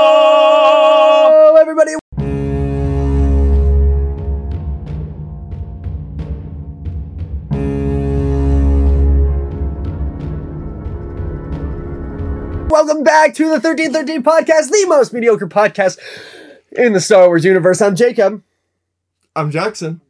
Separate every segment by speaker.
Speaker 1: Hello!
Speaker 2: Hello, everybody. Welcome back to the 1313 podcast, the most mediocre podcast in the Star Wars universe. I'm Jacob,
Speaker 1: I'm Jackson.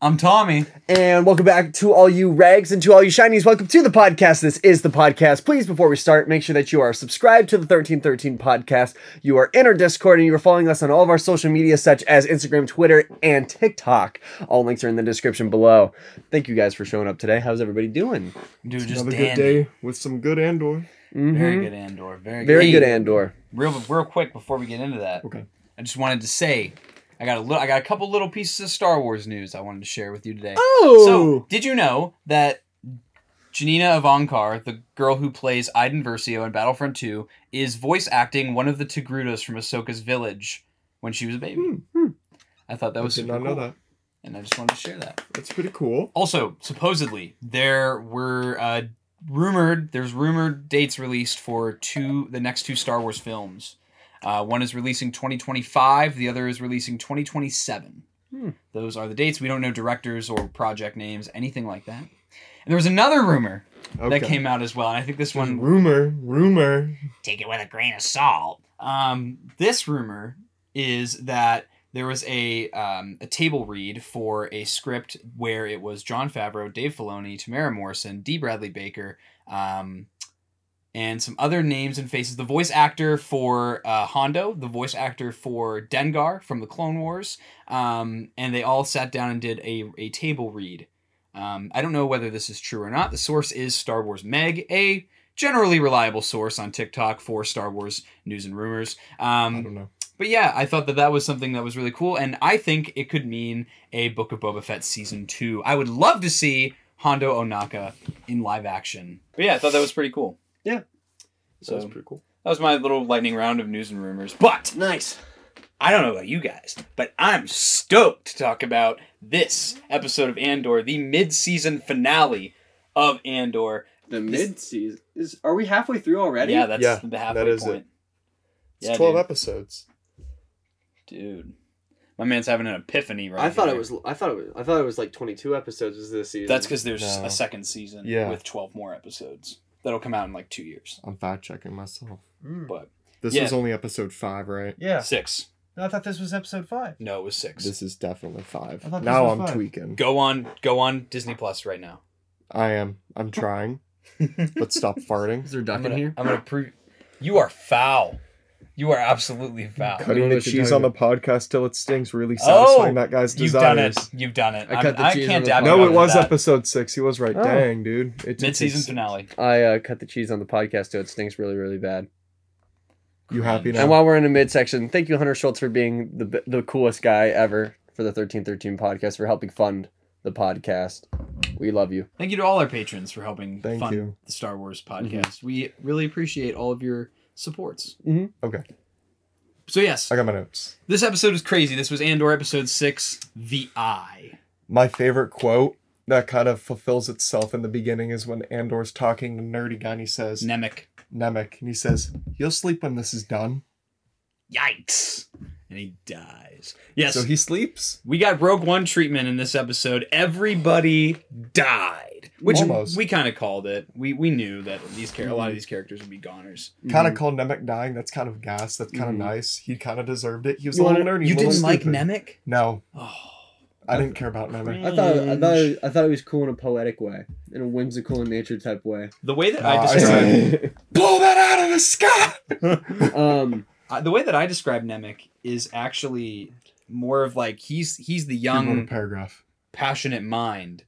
Speaker 3: I'm Tommy.
Speaker 2: and welcome back to all you rags and to all you shinies. Welcome to the podcast. This is the podcast. Please, before we start, make sure that you are subscribed to the 1313 podcast. You are in our Discord and you are following us on all of our social media, such as Instagram, Twitter, and TikTok. All links are in the description below. Thank you guys for showing up today. How's everybody doing?
Speaker 3: Dude, just
Speaker 1: Another good
Speaker 3: dandy.
Speaker 1: day Mm-hmm. with some good Andor.
Speaker 3: Very good Andor. Very,
Speaker 2: Very
Speaker 3: Hey,
Speaker 2: good, Andor.
Speaker 3: Real, real quick before we get into that,
Speaker 1: Okay.
Speaker 3: I just wanted to say, I got a little, I got a couple little pieces of Star Wars news I wanted to share with you today.
Speaker 2: Oh,
Speaker 3: So, did you know that Janina Avankar, the girl who plays Iden Versio in Battlefront 2, is voice acting one of the Togrutas from Ahsoka's village when she was a baby? I thought that was
Speaker 1: Hmm, Did
Speaker 3: super
Speaker 1: not know
Speaker 3: cool,
Speaker 1: that.
Speaker 3: and I just wanted to share that.
Speaker 1: That's pretty cool.
Speaker 3: Also, supposedly there were uh, rumored there's rumored dates released for two the next two Star Wars films. Uh, one is releasing 2025, the other is releasing 2027. Those are the dates. We don't know directors or project names, anything like that. And there was another rumor
Speaker 1: Okay.
Speaker 3: that came out as well, and I think this one
Speaker 1: Rumor, rumor.
Speaker 3: take it with a grain of salt. Um, this rumor is that there was a um, a table read for a script where it was John Favreau, Dave Filoni, Tamara Morrison, D. Bradley Baker, um, and some other names and faces. The voice actor for uh, Hondo, the voice actor for Dengar from the Clone Wars, um, and they all sat down and did a, a table read. Um, I don't know whether this is true or not. The source is Star Wars Meg, a generally reliable source on TikTok for Star Wars news and rumors.
Speaker 1: I
Speaker 3: Um,
Speaker 1: don't know.
Speaker 3: but yeah, I thought that that was something that was really cool, and I think it could mean a Book of Boba Fett season two. I would love to see Hondo Onaka in live action. But yeah, I thought that was pretty cool.
Speaker 2: Yeah.
Speaker 3: So
Speaker 1: That's
Speaker 3: that
Speaker 1: pretty cool.
Speaker 3: was my little lightning round of news and rumors. But
Speaker 2: nice.
Speaker 3: I don't know about you guys, but I'm stoked to talk about this episode of Andor, the mid-season finale of Andor.
Speaker 4: The mid season is. Are we halfway through already?
Speaker 3: Yeah, that's
Speaker 1: Yeah,
Speaker 3: the halfway
Speaker 1: that is
Speaker 3: point.
Speaker 1: It's
Speaker 3: Yeah,
Speaker 1: 12
Speaker 3: dude.
Speaker 1: episodes.
Speaker 3: dude. My man's having an epiphany right
Speaker 4: I thought it
Speaker 3: here.
Speaker 4: was. I thought it was. I thought it was like 22 episodes was this season.
Speaker 3: That's because there's
Speaker 1: No.
Speaker 3: a second season
Speaker 1: Yeah.
Speaker 3: with 12 more episodes that'll come out in like two years.
Speaker 1: I'm fact checking myself.
Speaker 3: But
Speaker 1: This
Speaker 3: Yeah.
Speaker 1: was only episode five, right?
Speaker 2: Yeah.
Speaker 3: six.
Speaker 2: I thought this was episode five.
Speaker 3: No, it was six.
Speaker 1: This is definitely five.
Speaker 2: I thought this
Speaker 1: Now
Speaker 2: was
Speaker 1: I'm
Speaker 2: five.
Speaker 1: tweaking.
Speaker 3: Go on, go on Disney Plus right now.
Speaker 1: I am. I'm trying. Let's stop farting.
Speaker 4: there a
Speaker 3: I'm gonna, I'm gonna prove you are foul. You are absolutely foul.
Speaker 4: I don't
Speaker 1: Cutting
Speaker 4: know
Speaker 1: the
Speaker 4: what to
Speaker 1: cheese
Speaker 4: tell
Speaker 1: on the
Speaker 4: you.
Speaker 1: podcast till it stings, really
Speaker 3: Oh!
Speaker 1: satisfying that guy's
Speaker 3: You've
Speaker 1: desires.
Speaker 3: done it. You've done it.
Speaker 4: I
Speaker 3: I'm-
Speaker 4: cut the
Speaker 3: I
Speaker 4: cheese
Speaker 3: can't
Speaker 4: on the
Speaker 3: dab.
Speaker 4: podcast.
Speaker 1: No,
Speaker 4: Oh,
Speaker 1: it was episode six. He was right.
Speaker 2: Oh.
Speaker 1: Dang, dude. It took
Speaker 3: mid season
Speaker 1: us-
Speaker 3: finale.
Speaker 4: I uh, cut the cheese on the podcast, so it stinks really, really bad.
Speaker 1: You happy
Speaker 3: Yeah.
Speaker 1: now?
Speaker 4: And while we're in the midsection, thank you, Hunter Schultz, for being the b- the coolest guy ever for the 1313 podcast for helping fund the podcast. We love you.
Speaker 3: Thank you to all our patrons for helping
Speaker 1: Thank
Speaker 3: fund
Speaker 1: you. Mhm.
Speaker 3: the Star Wars podcast. We really appreciate all of your supports.
Speaker 1: okay,
Speaker 3: So yes,
Speaker 1: I got my notes.
Speaker 3: this episode is crazy. This was Andor episode six, The Eye.
Speaker 1: My favorite quote that kind of fulfills itself in the beginning is when Andor's talking to Nerdy Guy and he says,
Speaker 3: Nemec.
Speaker 1: Nemec, and he says, You'll sleep when this is done.
Speaker 3: Yikes. And he dies. Yes.
Speaker 1: So he sleeps.
Speaker 3: we got Rogue One treatment in this episode. Everybody died, which
Speaker 1: Almost. Mm-hmm.
Speaker 3: we kind of called it. We we knew that these char- a lot of these characters would be goners.
Speaker 1: Kind of called Nemec dying. That's kind of gas. That's kind of
Speaker 3: Mm-hmm.
Speaker 4: Mhm.
Speaker 1: nice. He kind of deserved it. He was
Speaker 4: You
Speaker 1: a little
Speaker 4: wanna-
Speaker 1: nerdy. a little stupid.
Speaker 3: Nemec?
Speaker 1: No,
Speaker 3: Oh,
Speaker 1: I didn't care about Nemec.
Speaker 4: I thought I thought I thought it was cool in a poetic way, in a whimsical in nature type way.
Speaker 3: the way that
Speaker 1: Nah, Oh, I
Speaker 3: I describe
Speaker 1: see. Blow that out of the sky.
Speaker 4: Um,
Speaker 3: I- the way that I describe Nemec is actually more of like he's he's the
Speaker 1: He wrote a
Speaker 3: young
Speaker 1: paragraph.
Speaker 3: passionate mind.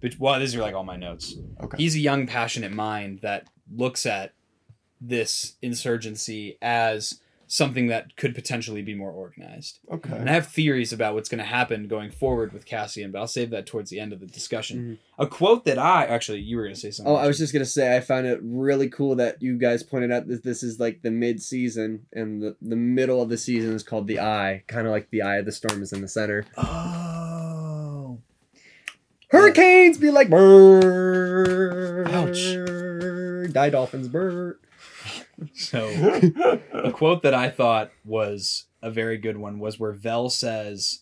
Speaker 3: But well, these are like all my notes.
Speaker 1: Okay.
Speaker 3: He's a young passionate mind that looks at this insurgency as something that could potentially be more organized. And
Speaker 1: Okay.
Speaker 3: I have theories about what's going to happen going forward with Cassian, but I'll save that towards the end of the discussion. A quote that I actually, you were going to say something.
Speaker 4: Mm-hmm. Oh, I was just gonna say I found it really cool that you guys pointed out that this is like the mid season and the, the middle of the season is called the eye, kind of like the eye of the storm is in the center.
Speaker 3: Oh.
Speaker 4: Hurricanes be like bird. Die dolphins bird.
Speaker 3: So a quote that I thought was a very good one was where Vel says,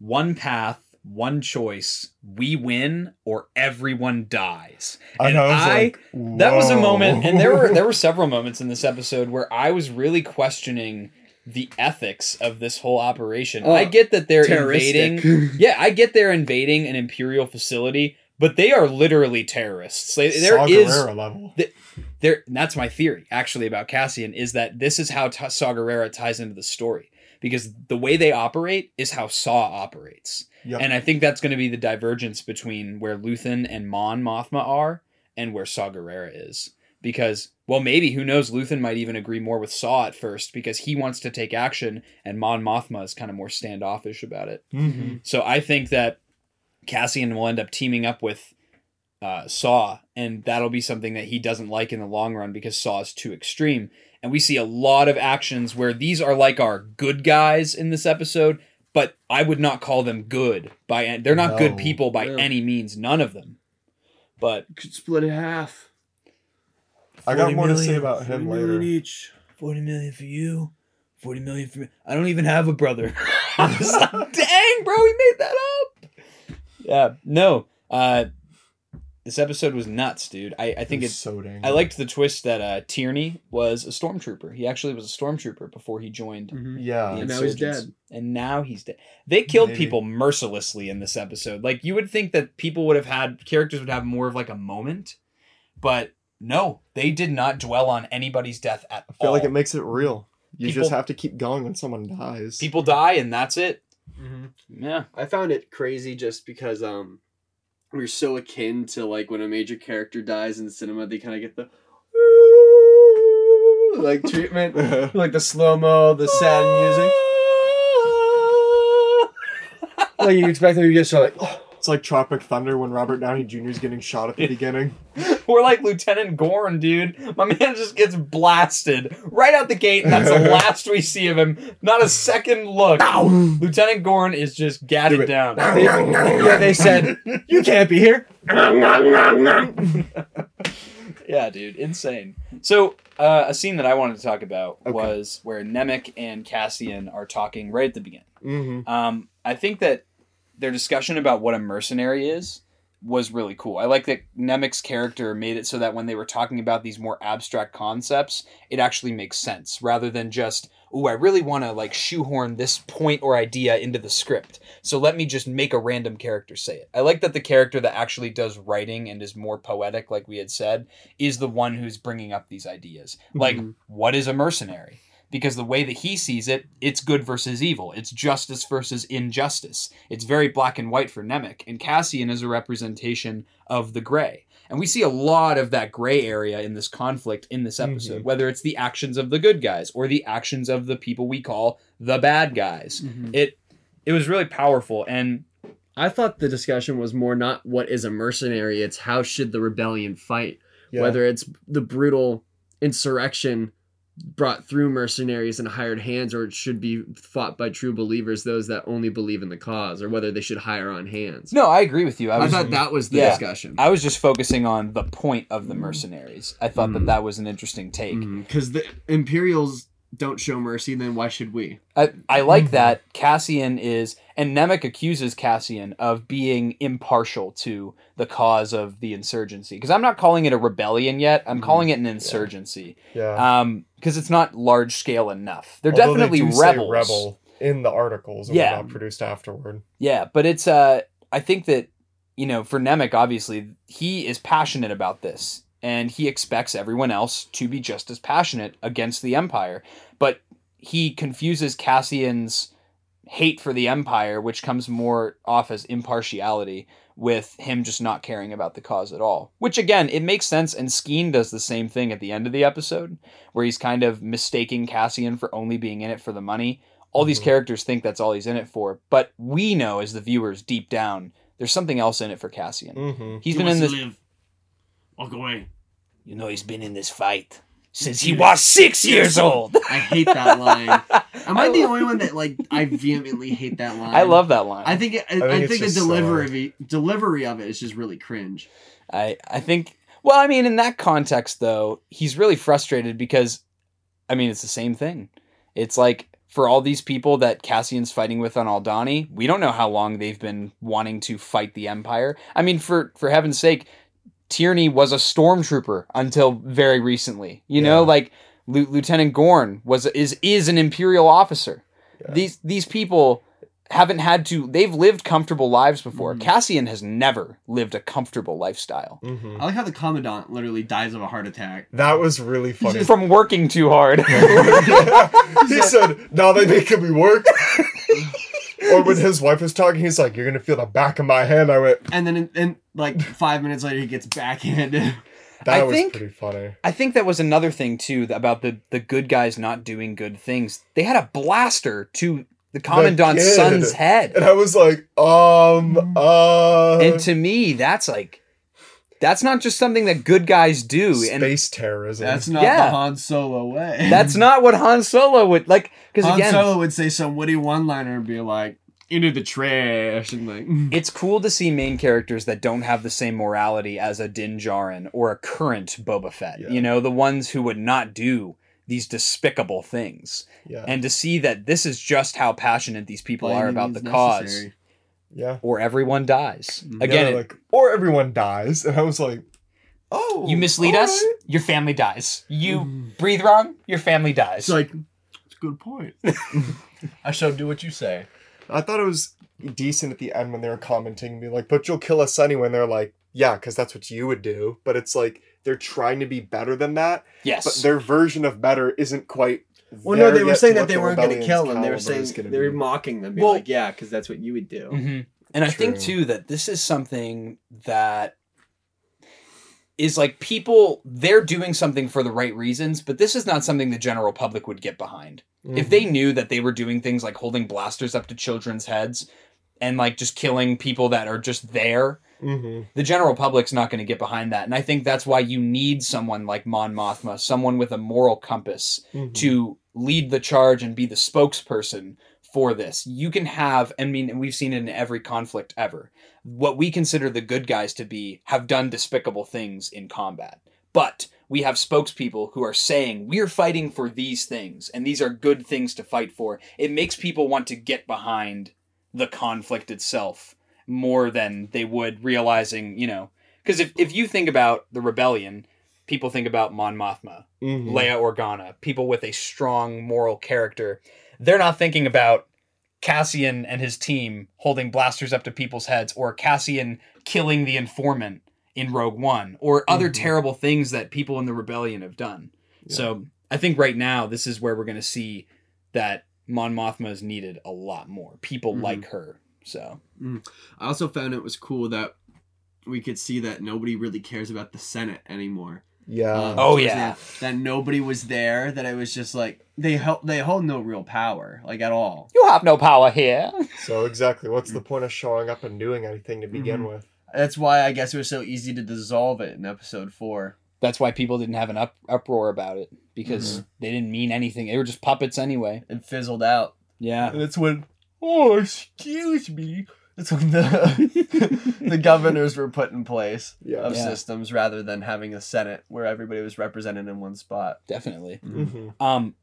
Speaker 3: "One path, one choice. We win or everyone dies." And
Speaker 1: know,
Speaker 3: I,
Speaker 1: like,
Speaker 3: that was a
Speaker 1: whoa.
Speaker 3: moment, and there were there were several moments in this episode where I was really questioning the ethics of this whole operation.
Speaker 4: Oh,
Speaker 3: I get that they're invading.
Speaker 4: Terroristic.
Speaker 3: Yeah, I get they're invading an imperial facility, but they are literally terrorists. Like, there
Speaker 1: Saw
Speaker 3: is
Speaker 1: Gerrera level.
Speaker 3: there and that's my theory actually about Cassian is that this is how T- Saw Gerrera ties into the story because the way they operate is how Saw operates.
Speaker 1: Yep.
Speaker 3: And I think that's going to be the divergence between where Luthen and Mon Mothma are and where Saw Gerrera is. Because, well, maybe, who knows, Luthen might even agree more with Saw at first because he wants to take action and Mon Mothma is kind of more standoffish about it.
Speaker 1: Mhm.
Speaker 3: So I think that Cassian will end up teaming up with uh, Saw, and that'll be something that he doesn't like in the long run because Saw is too extreme. And we see a lot of actions where these are like our good guys in this episode, but I would not call them good by an- they're not good
Speaker 1: No.
Speaker 3: people by
Speaker 4: No.
Speaker 3: any means, none of them. But
Speaker 4: Could split in half.
Speaker 1: I got
Speaker 3: 40
Speaker 1: more to say
Speaker 3: million,
Speaker 1: about him later.
Speaker 4: each.
Speaker 3: forty million for you, forty million for me. I don't even have a brother. I was like, Dang, bro, he made that up. Yeah, no. Uh, this episode was nuts, dude. I, I think
Speaker 1: He's
Speaker 3: it's.
Speaker 1: so dang.
Speaker 3: I liked the twist that uh, Tierney was a stormtrooper. He actually was a stormtrooper before he joined.
Speaker 4: Mm-hmm.
Speaker 3: the
Speaker 1: Yeah.
Speaker 4: And now he's
Speaker 3: insurgents.
Speaker 4: dead.
Speaker 3: And now he's dead. They killed
Speaker 1: Maybe.
Speaker 3: people mercilessly in this episode. Like you would think that people would have had characters would have more of like a moment, but no, they did not dwell on anybody's death at
Speaker 1: I feel
Speaker 3: all.
Speaker 1: like it makes it real. You
Speaker 3: Oh. People-
Speaker 1: just have to keep going when someone dies.
Speaker 3: people die and that's it. Yeah.
Speaker 4: Mm-hmm. I found it crazy just because um we're so akin to like when a major character dies in cinema, they kind of get the like treatment, like the slow mo, the sad music.
Speaker 2: Like you expect them to get shot like, oh,
Speaker 1: it's like Tropic Thunder when Robert Downey Jr. is getting shot at the beginning.
Speaker 3: We're like Lieutenant Gorn, dude. My man just gets blasted right out the gate, and that's the last we see of him. Not a second look. Lieutenant Gorn is just
Speaker 1: Do
Speaker 3: gatted
Speaker 1: it.
Speaker 3: down.
Speaker 2: yeah, they said you can't be here.
Speaker 3: Yeah, dude, insane. So, uh, a scene that I wanted to talk about
Speaker 1: Okay.
Speaker 3: was where Nemec and Cassian are talking right at the beginning.
Speaker 1: hmm
Speaker 3: Um, I think that their discussion about what a mercenary is was really cool. I like that Nemec's character made it so that when they were talking about these more abstract concepts, it actually makes sense rather than just, oh, I really want to like shoehorn this point or idea into the script. So let me just make a random character say it. I like that the character that actually does writing and is more poetic, like we had said, is the one who's bringing up these ideas. Like,
Speaker 4: Mhm.
Speaker 3: what is a mercenary? because the way that he sees it, it's good versus evil. It's justice versus injustice. It's very black and white for Nemec, and Cassian is a representation of the gray. And we see a lot of that gray area in this conflict in this episode, whether it's the actions of the good guys or the actions of the people we call the bad guys. It it was really powerful and
Speaker 4: Mm-hmm. I thought the discussion was more not what is a mercenary, it's how should the rebellion fight.
Speaker 1: Yeah.
Speaker 4: Whether it's the brutal insurrection brought through mercenaries and hired hands, or it should be fought by true believers, those that only believe in the cause, or whether they should hire on hands.
Speaker 3: No, I agree with you. I
Speaker 4: I
Speaker 3: was
Speaker 4: thought that was the
Speaker 3: Yeah.
Speaker 4: discussion.
Speaker 3: I was just focusing on the point of the mercenaries. I thought that that was an interesting take.
Speaker 4: Because the Imperials don't show mercy, then why should we?
Speaker 3: I, I
Speaker 1: Mm-hmm.
Speaker 3: like that Cassian is, and Nemec accuses Cassian of being impartial to the cause of the insurgency. Because I'm not calling it a rebellion yet; I'm calling it an insurgency.
Speaker 1: Mm-hmm. Yeah.
Speaker 3: Um, because it's not large scale enough. They're
Speaker 1: Although they
Speaker 3: definitely
Speaker 1: do say
Speaker 3: rebels.
Speaker 1: rebel in the articles and
Speaker 3: Yeah.
Speaker 1: yeah. not produced afterward.
Speaker 3: Yeah, but it's uh I think that you know, for Nemec obviously, he is passionate about this and he expects everyone else to be just as passionate against the empire, but he confuses Cassian's hate for the Empire, which comes more off as impartiality, with him just not caring about the cause at all. Which again, it makes sense, and Skeen does the same thing at the end of the episode, where he's kind of mistaking Cassian for only being in it for the money. All these
Speaker 1: Mhm.
Speaker 3: characters think that's all he's in it for, but we know as the viewers deep down, there's something else in it for Cassian.
Speaker 1: Mm-hmm.
Speaker 3: He's
Speaker 4: He
Speaker 3: been in
Speaker 4: wants
Speaker 3: this
Speaker 4: to live. Walk away.
Speaker 3: you know he's been in this fight since
Speaker 4: he
Speaker 3: was six
Speaker 4: years
Speaker 3: old.
Speaker 4: I hate that line. Am I,
Speaker 3: I
Speaker 4: the
Speaker 3: lo-
Speaker 4: only one that like I vehemently hate that line?
Speaker 3: I love that line.
Speaker 4: I think it, I, I
Speaker 1: think
Speaker 4: think,
Speaker 1: it's
Speaker 4: the
Speaker 1: just so
Speaker 4: delivery of it- delivery of it is just really cringe.
Speaker 3: I, I think well, I mean, in that context though, he's really frustrated because I mean it's the same thing. It's like for all these people that Cassian's fighting with on Aldani, we don't know how long they've been wanting to fight the Empire. I mean, for for heaven's sake, Tierney was a stormtrooper until very recently. You know,
Speaker 1: Yeah.
Speaker 3: like Lu- Lieutenant Gorn was is is an imperial officer.
Speaker 1: Yeah.
Speaker 3: These these people haven't had to they've lived comfortable lives before.
Speaker 4: Mhm.
Speaker 3: Cassian has never lived a comfortable lifestyle.
Speaker 1: Mm-hmm.
Speaker 4: I like how the commandant literally dies of a heart attack.
Speaker 1: That was really funny.
Speaker 3: From working too hard.
Speaker 1: he said, "Now they making me work." or when his wife was talking, he's like, "You're gonna feel the back of my hand." I went,
Speaker 4: And then, and like five minutes later, he gets backhanded.
Speaker 1: "That
Speaker 3: I
Speaker 1: was
Speaker 3: think-
Speaker 1: pretty funny."
Speaker 3: I think that was another thing too th- about the the good guys not doing good things. They had a blaster to the commandant's
Speaker 1: kid. Uh-huh.
Speaker 3: son's
Speaker 1: And
Speaker 3: head.
Speaker 1: I was like,
Speaker 5: Mm.
Speaker 1: "Um, uh."
Speaker 3: And to me, that's like that's not just something that good guys do and
Speaker 1: space terrorism.
Speaker 4: That's not
Speaker 3: Yeah.
Speaker 4: the Han Solo way.
Speaker 3: That's not what Han Solo would like. Because
Speaker 4: Han
Speaker 3: again,
Speaker 4: Solo would say some witty one-liner and be like, "Into the trash," and like,
Speaker 3: it's cool to see main characters that don't have the same morality as a Din Djarin or a current Boba Fett.
Speaker 1: Yeah.
Speaker 3: You know, the ones who would not do these despicable things,
Speaker 1: yeah,
Speaker 3: and to see that this is just how passionate these people
Speaker 4: by
Speaker 3: are
Speaker 4: any
Speaker 3: about the
Speaker 4: means
Speaker 3: cause,
Speaker 4: necessary.
Speaker 1: yeah.
Speaker 3: or everyone dies.
Speaker 4: Mhm.
Speaker 1: Yeah,
Speaker 3: Again,
Speaker 1: like, or everyone dies, and I was like, "Oh,
Speaker 3: you mislead
Speaker 1: all
Speaker 3: us,
Speaker 1: right."
Speaker 3: your family dies. You
Speaker 4: Mm.
Speaker 3: breathe wrong, your family dies.
Speaker 4: It's like, it's a good point. I shall do what you say.
Speaker 1: I thought it was decent at the end when they were commenting, be like, "But you'll kill us anyway." And they're like, "Yeah, because that's what you would do." But it's like they're trying to be better than that, but
Speaker 3: yes.
Speaker 1: their version of better isn't quite.
Speaker 5: Well,
Speaker 1: there
Speaker 5: no, they were
Speaker 1: yet
Speaker 5: saying
Speaker 1: to
Speaker 5: that
Speaker 1: what
Speaker 5: they
Speaker 1: the
Speaker 5: weren't going to
Speaker 1: rebellion's
Speaker 5: kill them. They were
Speaker 1: caliber is
Speaker 5: saying
Speaker 1: gonna
Speaker 5: they were
Speaker 1: be.
Speaker 5: mocking them, being
Speaker 3: Well-
Speaker 5: like, "Yeah, because that's what you would do."
Speaker 3: Mhm. And I think
Speaker 1: True.
Speaker 3: too that this is something that is like people they're doing something for the right reasons, but this is not something the general public would get behind. If they knew that they were doing things like holding blasters up to children's heads and like just killing people that are just there,
Speaker 1: Mhm.
Speaker 3: the general public's not going to get behind that. And I think that's why you need someone like Mon Mothma, someone with a moral compass
Speaker 1: Mhm.
Speaker 3: to lead the charge and be the spokesperson for this. You can have, I mean, and we've seen it in every conflict ever. What we consider the good guys to be have done despicable things in combat. But we have spokespeople who are saying, we're fighting for these things, and these are good things to fight for. It makes people want to get behind the conflict itself more than they would realizing, you know. Because if, if you think about the rebellion, people think about Mon Mothma.
Speaker 1: Mhm.
Speaker 3: Leia Organa, people with a strong moral character. They're not thinking about Cassian and his team holding blasters up to people's heads or Cassian killing the informant in Rogue One or other
Speaker 1: Mhm.
Speaker 3: terrible things that people in the rebellion have done.
Speaker 1: Yeah.
Speaker 3: So I think right now this is where we're going to see that Mon Mothma is needed a lot more. People
Speaker 4: Mhm.
Speaker 3: like her. So
Speaker 4: I also found it was cool that we could see that nobody really cares about the Senate anymore.
Speaker 1: yeah.
Speaker 4: Um,
Speaker 3: Oh,
Speaker 4: towards the
Speaker 3: yeah.
Speaker 4: end, that nobody was there. That it was just like they held they hold no real power like at all.
Speaker 3: you have no power here.
Speaker 1: so exactly, what's
Speaker 5: Mm.
Speaker 1: the point of showing up and doing anything to begin
Speaker 5: Mm-hmm.
Speaker 1: with?
Speaker 4: That's why I guess it was so easy to dissolve it in episode four.
Speaker 3: That's why people didn't have an up- uproar about it because they didn't mean anything. They were just puppets anyway.
Speaker 4: It fizzled out.
Speaker 3: Yeah.
Speaker 4: And it's when oh excuse me. That's when the the governors were put in place
Speaker 1: Yeah.
Speaker 4: of
Speaker 3: Yeah.
Speaker 4: systems rather than having a Senate where everybody was represented in one spot.
Speaker 3: Definitely.
Speaker 1: Mm-hmm.
Speaker 3: Um,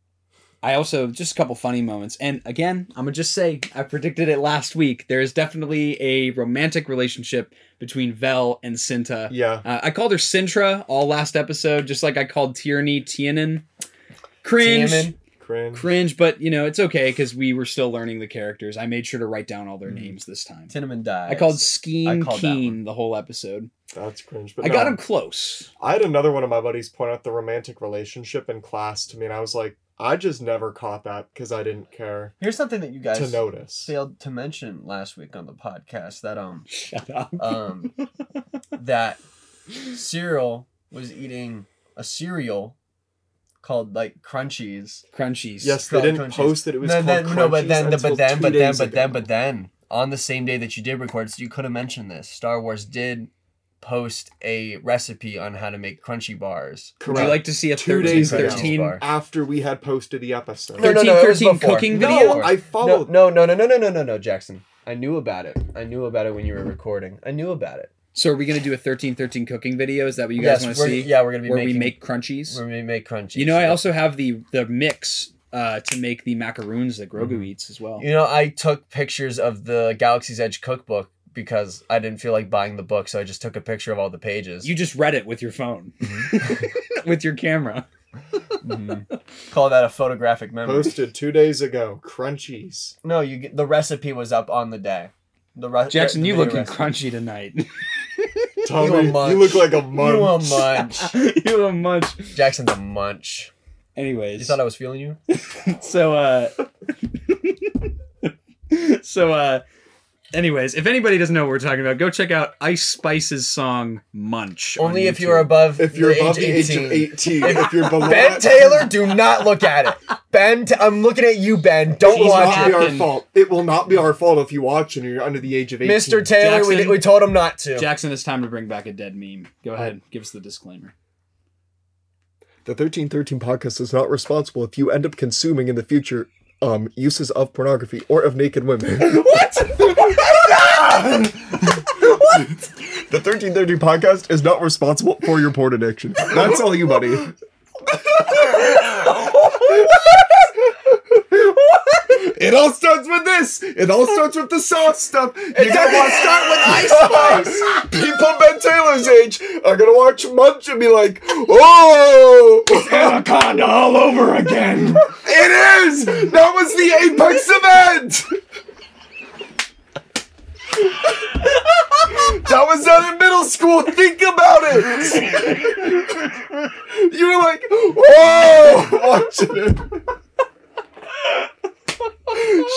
Speaker 3: I also just a couple funny moments, and again, I'm gonna just say I predicted it last week. There is definitely a romantic relationship between Vel and Cinta.
Speaker 1: Yeah.
Speaker 3: Uh, I called her Sintra all last episode, just like I called Tierney Tianan. Cringe,
Speaker 4: Tianan.
Speaker 1: Cringe.
Speaker 3: cringe, but you know it's okay because we were still learning the characters. I made sure to write down all their
Speaker 4: Mhm.
Speaker 1: Mm.
Speaker 3: names this time.
Speaker 4: Tinnaman died.
Speaker 3: I called
Speaker 4: I
Speaker 3: Skeen
Speaker 4: called that
Speaker 3: Keen the whole episode.
Speaker 1: That's cringe. But
Speaker 3: I got
Speaker 1: no.
Speaker 3: him close.
Speaker 1: I had another one of my buddies point out the romantic relationship in class to me, and I was like, I just never caught that because I didn't care
Speaker 4: Here's something that you guys
Speaker 1: to notice.
Speaker 4: failed to mention last week on the podcast that um
Speaker 3: Shut up.
Speaker 4: um that Cyril was eating a cereal called like Crunchies.
Speaker 3: Crunchies.
Speaker 1: Yes, they
Speaker 4: Strong
Speaker 1: didn't
Speaker 4: crunchies.
Speaker 1: post that it was
Speaker 4: No,
Speaker 1: called
Speaker 4: then, no, but
Speaker 1: Crunchies
Speaker 4: then,
Speaker 1: until
Speaker 4: but then,
Speaker 1: two
Speaker 4: but then,
Speaker 1: days
Speaker 4: but then,
Speaker 1: ago.
Speaker 4: but then, on the same day that you did record, so you could have mentioned this. Star Wars did post a recipe on how to make crunchy bars.
Speaker 3: Would you
Speaker 1: correct.
Speaker 3: like to see a
Speaker 1: Two
Speaker 3: 13,
Speaker 1: days ago.
Speaker 3: 13,
Speaker 4: Bar.
Speaker 1: After we had posted the episode.
Speaker 4: No, no,
Speaker 3: 13,
Speaker 4: no, it was
Speaker 3: 13
Speaker 4: before.
Speaker 3: cooking
Speaker 4: No,
Speaker 3: video?
Speaker 1: No, I
Speaker 4: No,
Speaker 1: followed.
Speaker 4: no, no, no, no, no, no, no, no, Jackson. I knew about it. I knew about it when you were recording. I knew about it.
Speaker 3: So are we going to do a 13, 13 cooking video? Is that what you guys want to
Speaker 4: we're,
Speaker 3: see?
Speaker 4: Yeah, we're gonna be
Speaker 3: Where
Speaker 4: making,
Speaker 3: we make crunchies?
Speaker 4: where we make crunchy.
Speaker 3: You know, I also have the the mix uh, to make the macaroons that
Speaker 4: Mm-hmm.
Speaker 3: Grogu eats as well.
Speaker 4: You know, I took pictures of the Galaxy's Edge cookbook because I didn't feel like buying the book, so I just took a picture of all the pages.
Speaker 3: You just read it with your phone,
Speaker 4: Mm-hmm.
Speaker 3: with your camera. Mm-hmm.
Speaker 4: call that a photographic memory?
Speaker 1: Posted two days ago. Crunchies.
Speaker 4: No, you get, the recipe was up on the day. The re-
Speaker 3: Jackson,
Speaker 4: the
Speaker 3: you
Speaker 4: video
Speaker 3: looking
Speaker 4: recipe.
Speaker 3: crunchy tonight.
Speaker 1: Tommy,
Speaker 4: a
Speaker 1: you,
Speaker 4: munch.
Speaker 1: look like a
Speaker 4: You a
Speaker 1: munch.
Speaker 4: munch.
Speaker 3: you a munch.
Speaker 4: Jackson's a munch. You
Speaker 3: Anyways,
Speaker 4: thought I was feeling you?
Speaker 3: so uh, so uh, anyways, if anybody doesn't know what we're talking about, go check out Ice Spice's song "Munch." on
Speaker 4: Only if you're
Speaker 3: YouTube.
Speaker 4: above
Speaker 1: If you're
Speaker 4: the
Speaker 1: above
Speaker 4: age
Speaker 1: the age
Speaker 4: 18.
Speaker 1: of 18, if you're below
Speaker 4: Ben
Speaker 1: that,
Speaker 4: Taylor, do not look at it. Ben, i I'm looking at you, Ben. Don't
Speaker 1: it will
Speaker 4: watch
Speaker 1: not
Speaker 4: it.
Speaker 1: be our
Speaker 3: Jackson.
Speaker 1: fault. It will not be our fault if you watch and you're under the age of 18.
Speaker 4: Mr. Taylor, we,
Speaker 3: Jackson.
Speaker 4: we told him not to.
Speaker 3: Jackson, it's time to bring back a dead meme. Go ahead, give us the disclaimer.
Speaker 1: The 1313 podcast is not responsible if you end up consuming in the future um, uses of pornography or of naked women. what? what? The 1313 podcast is not responsible for your porn addiction. That's all you, buddy. It all starts with this. It all starts with the soft stuff. You don't want to start with Ice Spice. People Ben Taylor's age are gonna watch Munch and be like, "Oh,
Speaker 3: Anaconda all over again.
Speaker 1: it is! That was the apex event! that was out in middle school. Think about it! you were like, whoa! Watching it.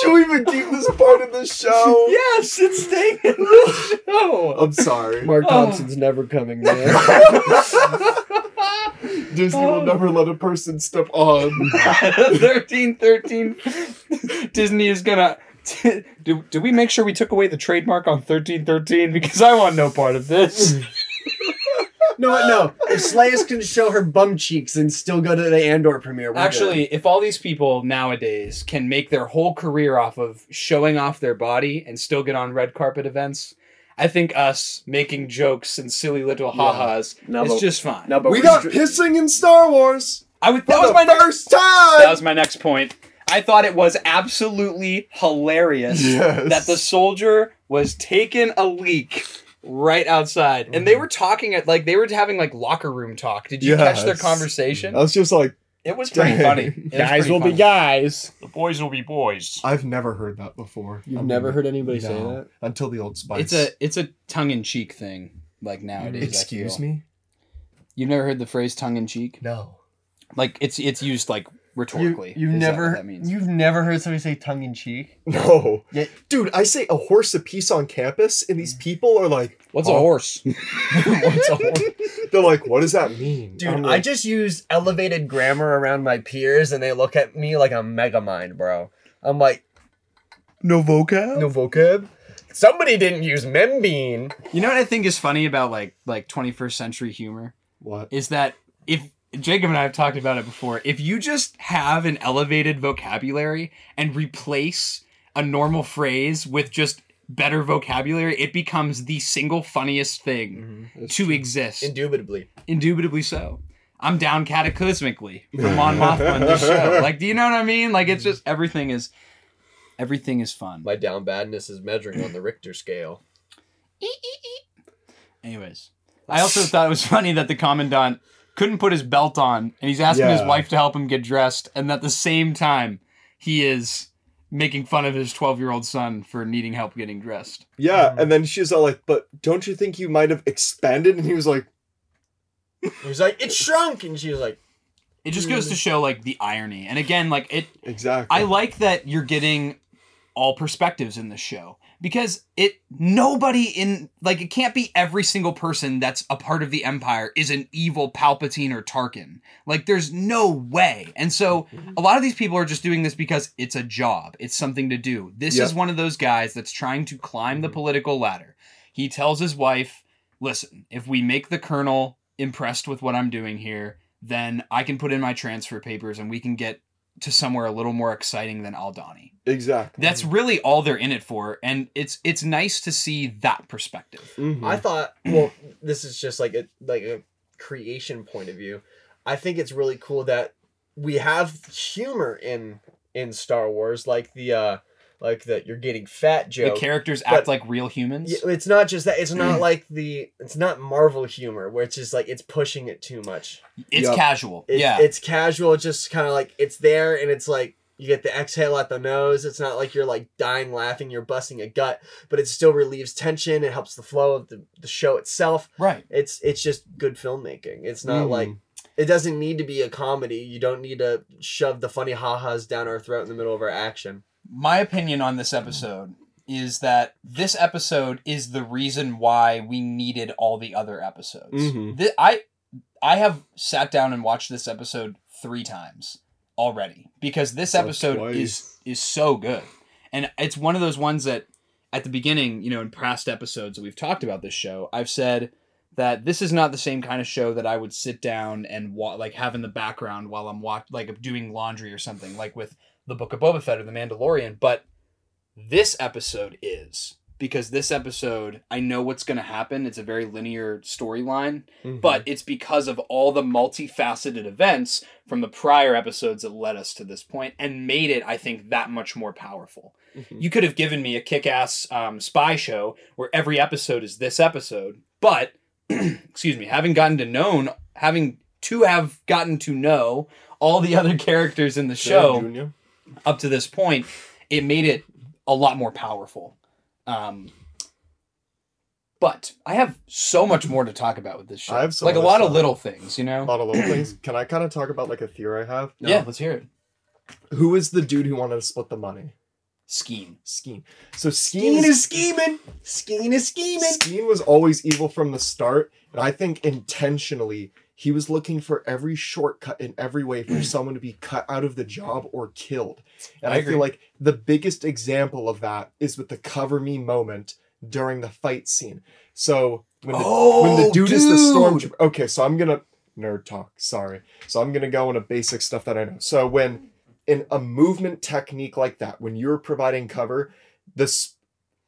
Speaker 1: Should we even keep this part of the show?
Speaker 3: yes, it's staying in the show.
Speaker 1: I'm sorry.
Speaker 6: Mark
Speaker 3: Oh.
Speaker 6: Thompson's never coming, man.
Speaker 1: Disney
Speaker 6: Oh.
Speaker 1: will never let a person step on.
Speaker 3: 13, 13. Disney is gonna. do, do we make sure we took away the trademark on 1313? Because I want no part of this.
Speaker 6: No, no. If Slayus can show her bum cheeks and still go to the Andor premiere, we're
Speaker 3: Actually, if all these people nowadays can make their whole career off of showing off their body and still get on red carpet events, I think us making jokes and silly little ha-has
Speaker 6: No,
Speaker 3: is
Speaker 6: but-
Speaker 3: just fine.
Speaker 6: no, but
Speaker 1: We got pissing in Star Wars
Speaker 3: I would,
Speaker 1: for
Speaker 3: that was
Speaker 1: the
Speaker 3: my next
Speaker 1: first time!
Speaker 3: That was my next point. I thought it was absolutely hilarious
Speaker 1: Yes.
Speaker 3: that the soldier was taking a leak right outside. And they were talking at like they were having like locker room talk. Did you catch their
Speaker 1: Yes.
Speaker 3: conversation?
Speaker 1: I was just like,
Speaker 3: It was pretty
Speaker 1: Dang.
Speaker 3: funny. It was pretty funny.
Speaker 6: guys.
Speaker 3: The boys will be boys.
Speaker 1: I've never heard that before.
Speaker 6: You've
Speaker 1: I mean,
Speaker 6: never heard anybody say
Speaker 1: no.
Speaker 6: that.
Speaker 1: until the old spice.
Speaker 3: It's a it's a tongue in cheek thing. Like nowadays, I
Speaker 1: excuse
Speaker 3: feel.
Speaker 1: me.
Speaker 3: You've never heard the phrase tongue in cheek?
Speaker 1: No,
Speaker 3: Like it's it's used like rhetorically.
Speaker 4: You,
Speaker 3: is
Speaker 4: have
Speaker 3: that
Speaker 4: never,
Speaker 3: what that means.
Speaker 4: you've never heard somebody say tongue in cheek.
Speaker 1: no,
Speaker 4: Yeah.
Speaker 1: dude. I say a horse apiece on campus, and
Speaker 3: Mm.
Speaker 1: these people are like,
Speaker 3: What's a horse? Oh.
Speaker 1: they're like, what does that mean? I'm
Speaker 4: Dude, I
Speaker 1: like,
Speaker 4: just use elevated grammar around my peers, and they look at me like I'm mega mind, bro. I'm like,
Speaker 3: no vocab.
Speaker 4: no vocab. Somebody didn't use membean.
Speaker 3: You know what I think is funny about like like 21st century humor
Speaker 1: what?
Speaker 3: is that if Jacob and I have talked about it before, if you just have an elevated vocabulary and replace a normal phrase with just better vocabulary, it becomes the single funniest thing to exist.
Speaker 4: Indubitably.
Speaker 3: Indubitably so. I'm down cataclysmically from Mon Mothma in the show. Like, do you know what I mean? Like, it's just everything is everything is fun.
Speaker 4: My down badness is measuring on the Richter scale.
Speaker 3: Anyways, I also thought it was funny that the commandant couldn't put his belt on, and he's asking his
Speaker 1: Yeah.
Speaker 3: wife to help him get dressed, and at the same time, he is making fun of his twelve-year-old son for needing help getting dressed.
Speaker 1: Yeah, and then she's all like, but don't you think you might have expanded? And he was like,
Speaker 4: He was like, it shrunk, and she was like,
Speaker 3: it just goes to show like the irony. And again, like it
Speaker 1: Exactly.
Speaker 3: I like that you're getting all perspectives in this show because it nobody in like it can't be every single person that's a part of the empire is an evil Palpatine or Tarkin. Like there's no way. And so a lot of these people are just doing this because it's a job. It's something to do. This is
Speaker 1: Yeah.
Speaker 3: one of those guys that's trying to climb the political ladder. He tells his wife, "Listen, if we make the colonel impressed with what I'm doing here, then I can put in my transfer papers and we can get to somewhere a little more exciting than Aldani.
Speaker 1: exactly.
Speaker 3: That's really all they're in it for, and it's it's nice to see that perspective.
Speaker 1: Mhm.
Speaker 7: I thought, well, this is just like a like a creation point of view. I think it's really cool that we have humor in in Star Wars, like the uh like that you're getting fat joke.
Speaker 3: The characters
Speaker 7: but-
Speaker 3: act like real humans.
Speaker 7: Yeah, it's not just that. It's not like the. It's not Marvel humor where it's just like it's pushing it too much.
Speaker 3: It's
Speaker 1: Yup.
Speaker 3: casual.
Speaker 7: It's,
Speaker 3: yeah.
Speaker 7: it's casual. It's just kind of like it's there, and it's like you get the exhale at the nose. It's not like you're like dying laughing. You're busting a gut, but it still relieves tension. It helps the flow of the, the show itself.
Speaker 3: right.
Speaker 7: It's it's just good filmmaking. It's not
Speaker 1: Mhm.
Speaker 7: like it doesn't need to be a comedy. You don't need to shove the funny ha-has down our throat in the middle of our action.
Speaker 3: My opinion on this episode is that this episode is the reason why we needed all the other episodes.
Speaker 1: Mhm.
Speaker 3: Thi- I I have sat down and watched this episode 3 times already because this
Speaker 1: That's
Speaker 3: episode
Speaker 1: twice.
Speaker 3: is is so good. And it's one of those ones that at the beginning, you know, in past episodes that we've talked about this show, I've said that this is not the same kind of show that I would sit down and wa- like have in the background while I'm watch like doing laundry or something, like with the Book of Boba Fett or the Mandalorian. But this episode is because this episode, I know what's going to happen. It's a very linear storyline,
Speaker 1: Mhm.
Speaker 3: but it's because of all the multifaceted events from the prior episodes that led us to this point and made it, I think, that much more powerful.
Speaker 1: Mhm.
Speaker 3: You could have given me a kick ass um, spy show where every episode is this episode, but excuse me, having gotten to known, having to have gotten to know all the other characters in the
Speaker 1: Mm-hmm.
Speaker 3: show
Speaker 1: Junior.
Speaker 3: up to this point, it made it a lot more powerful. Um, but I have so much more to talk about with this show.
Speaker 1: I have so
Speaker 3: like a
Speaker 1: much
Speaker 3: lot of
Speaker 1: to-
Speaker 3: little things,
Speaker 1: A
Speaker 3: you know.
Speaker 1: lot of little things. Can I kind of talk about like a theory I have?
Speaker 3: Yeah, let's hear it.
Speaker 1: Who is the dude who wanted to split the money?
Speaker 3: Scheme.
Speaker 1: Skeen. So Skeen is scheming. Skeen is scheming. Skeen was always evil from the start, and I think intentionally he was looking for every shortcut in every way for someone to be cut out of the job or killed. And
Speaker 3: I
Speaker 1: I,
Speaker 3: agree.
Speaker 1: feel like the biggest example of that is with the cover me moment during the fight scene. So when the,
Speaker 3: Oh,
Speaker 1: when the dude, is the stormtrooper. Okay, so I'm gonna nerd talk. Sorry. So I'm gonna go into basic stuff that I know. So when in a movement technique like that, when you're providing cover, this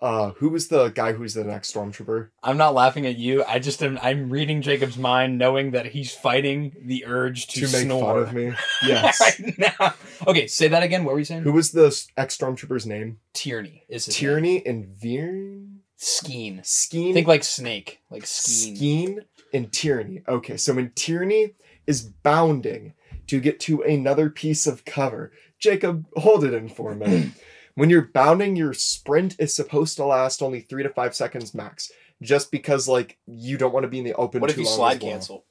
Speaker 1: uh who was the guy who's the next stormtrooper?
Speaker 3: I'm not laughing at you. I just am. I'm reading Jacob's mind, knowing that he's fighting the urge to,
Speaker 1: To, make
Speaker 3: snore
Speaker 1: fun of me. Yes.
Speaker 3: right now. Okay, say that again. What were you saying?
Speaker 1: who was the ex stormtrooper's name?
Speaker 3: Tierney is his name.
Speaker 1: Tyranny and Veern?
Speaker 3: Skeen.
Speaker 1: Skeen?
Speaker 3: Think like snake, like skeen.
Speaker 1: Skeen and Tyranny. Okay, so when Tyranny is bounding to get to another piece of cover, Jacob, hold it in for a minute. when you're bounding, your sprint is supposed to last only three to five seconds max, just because like you don't want to be in the open.
Speaker 3: What
Speaker 1: too
Speaker 3: if
Speaker 1: long
Speaker 3: you slide
Speaker 1: as well.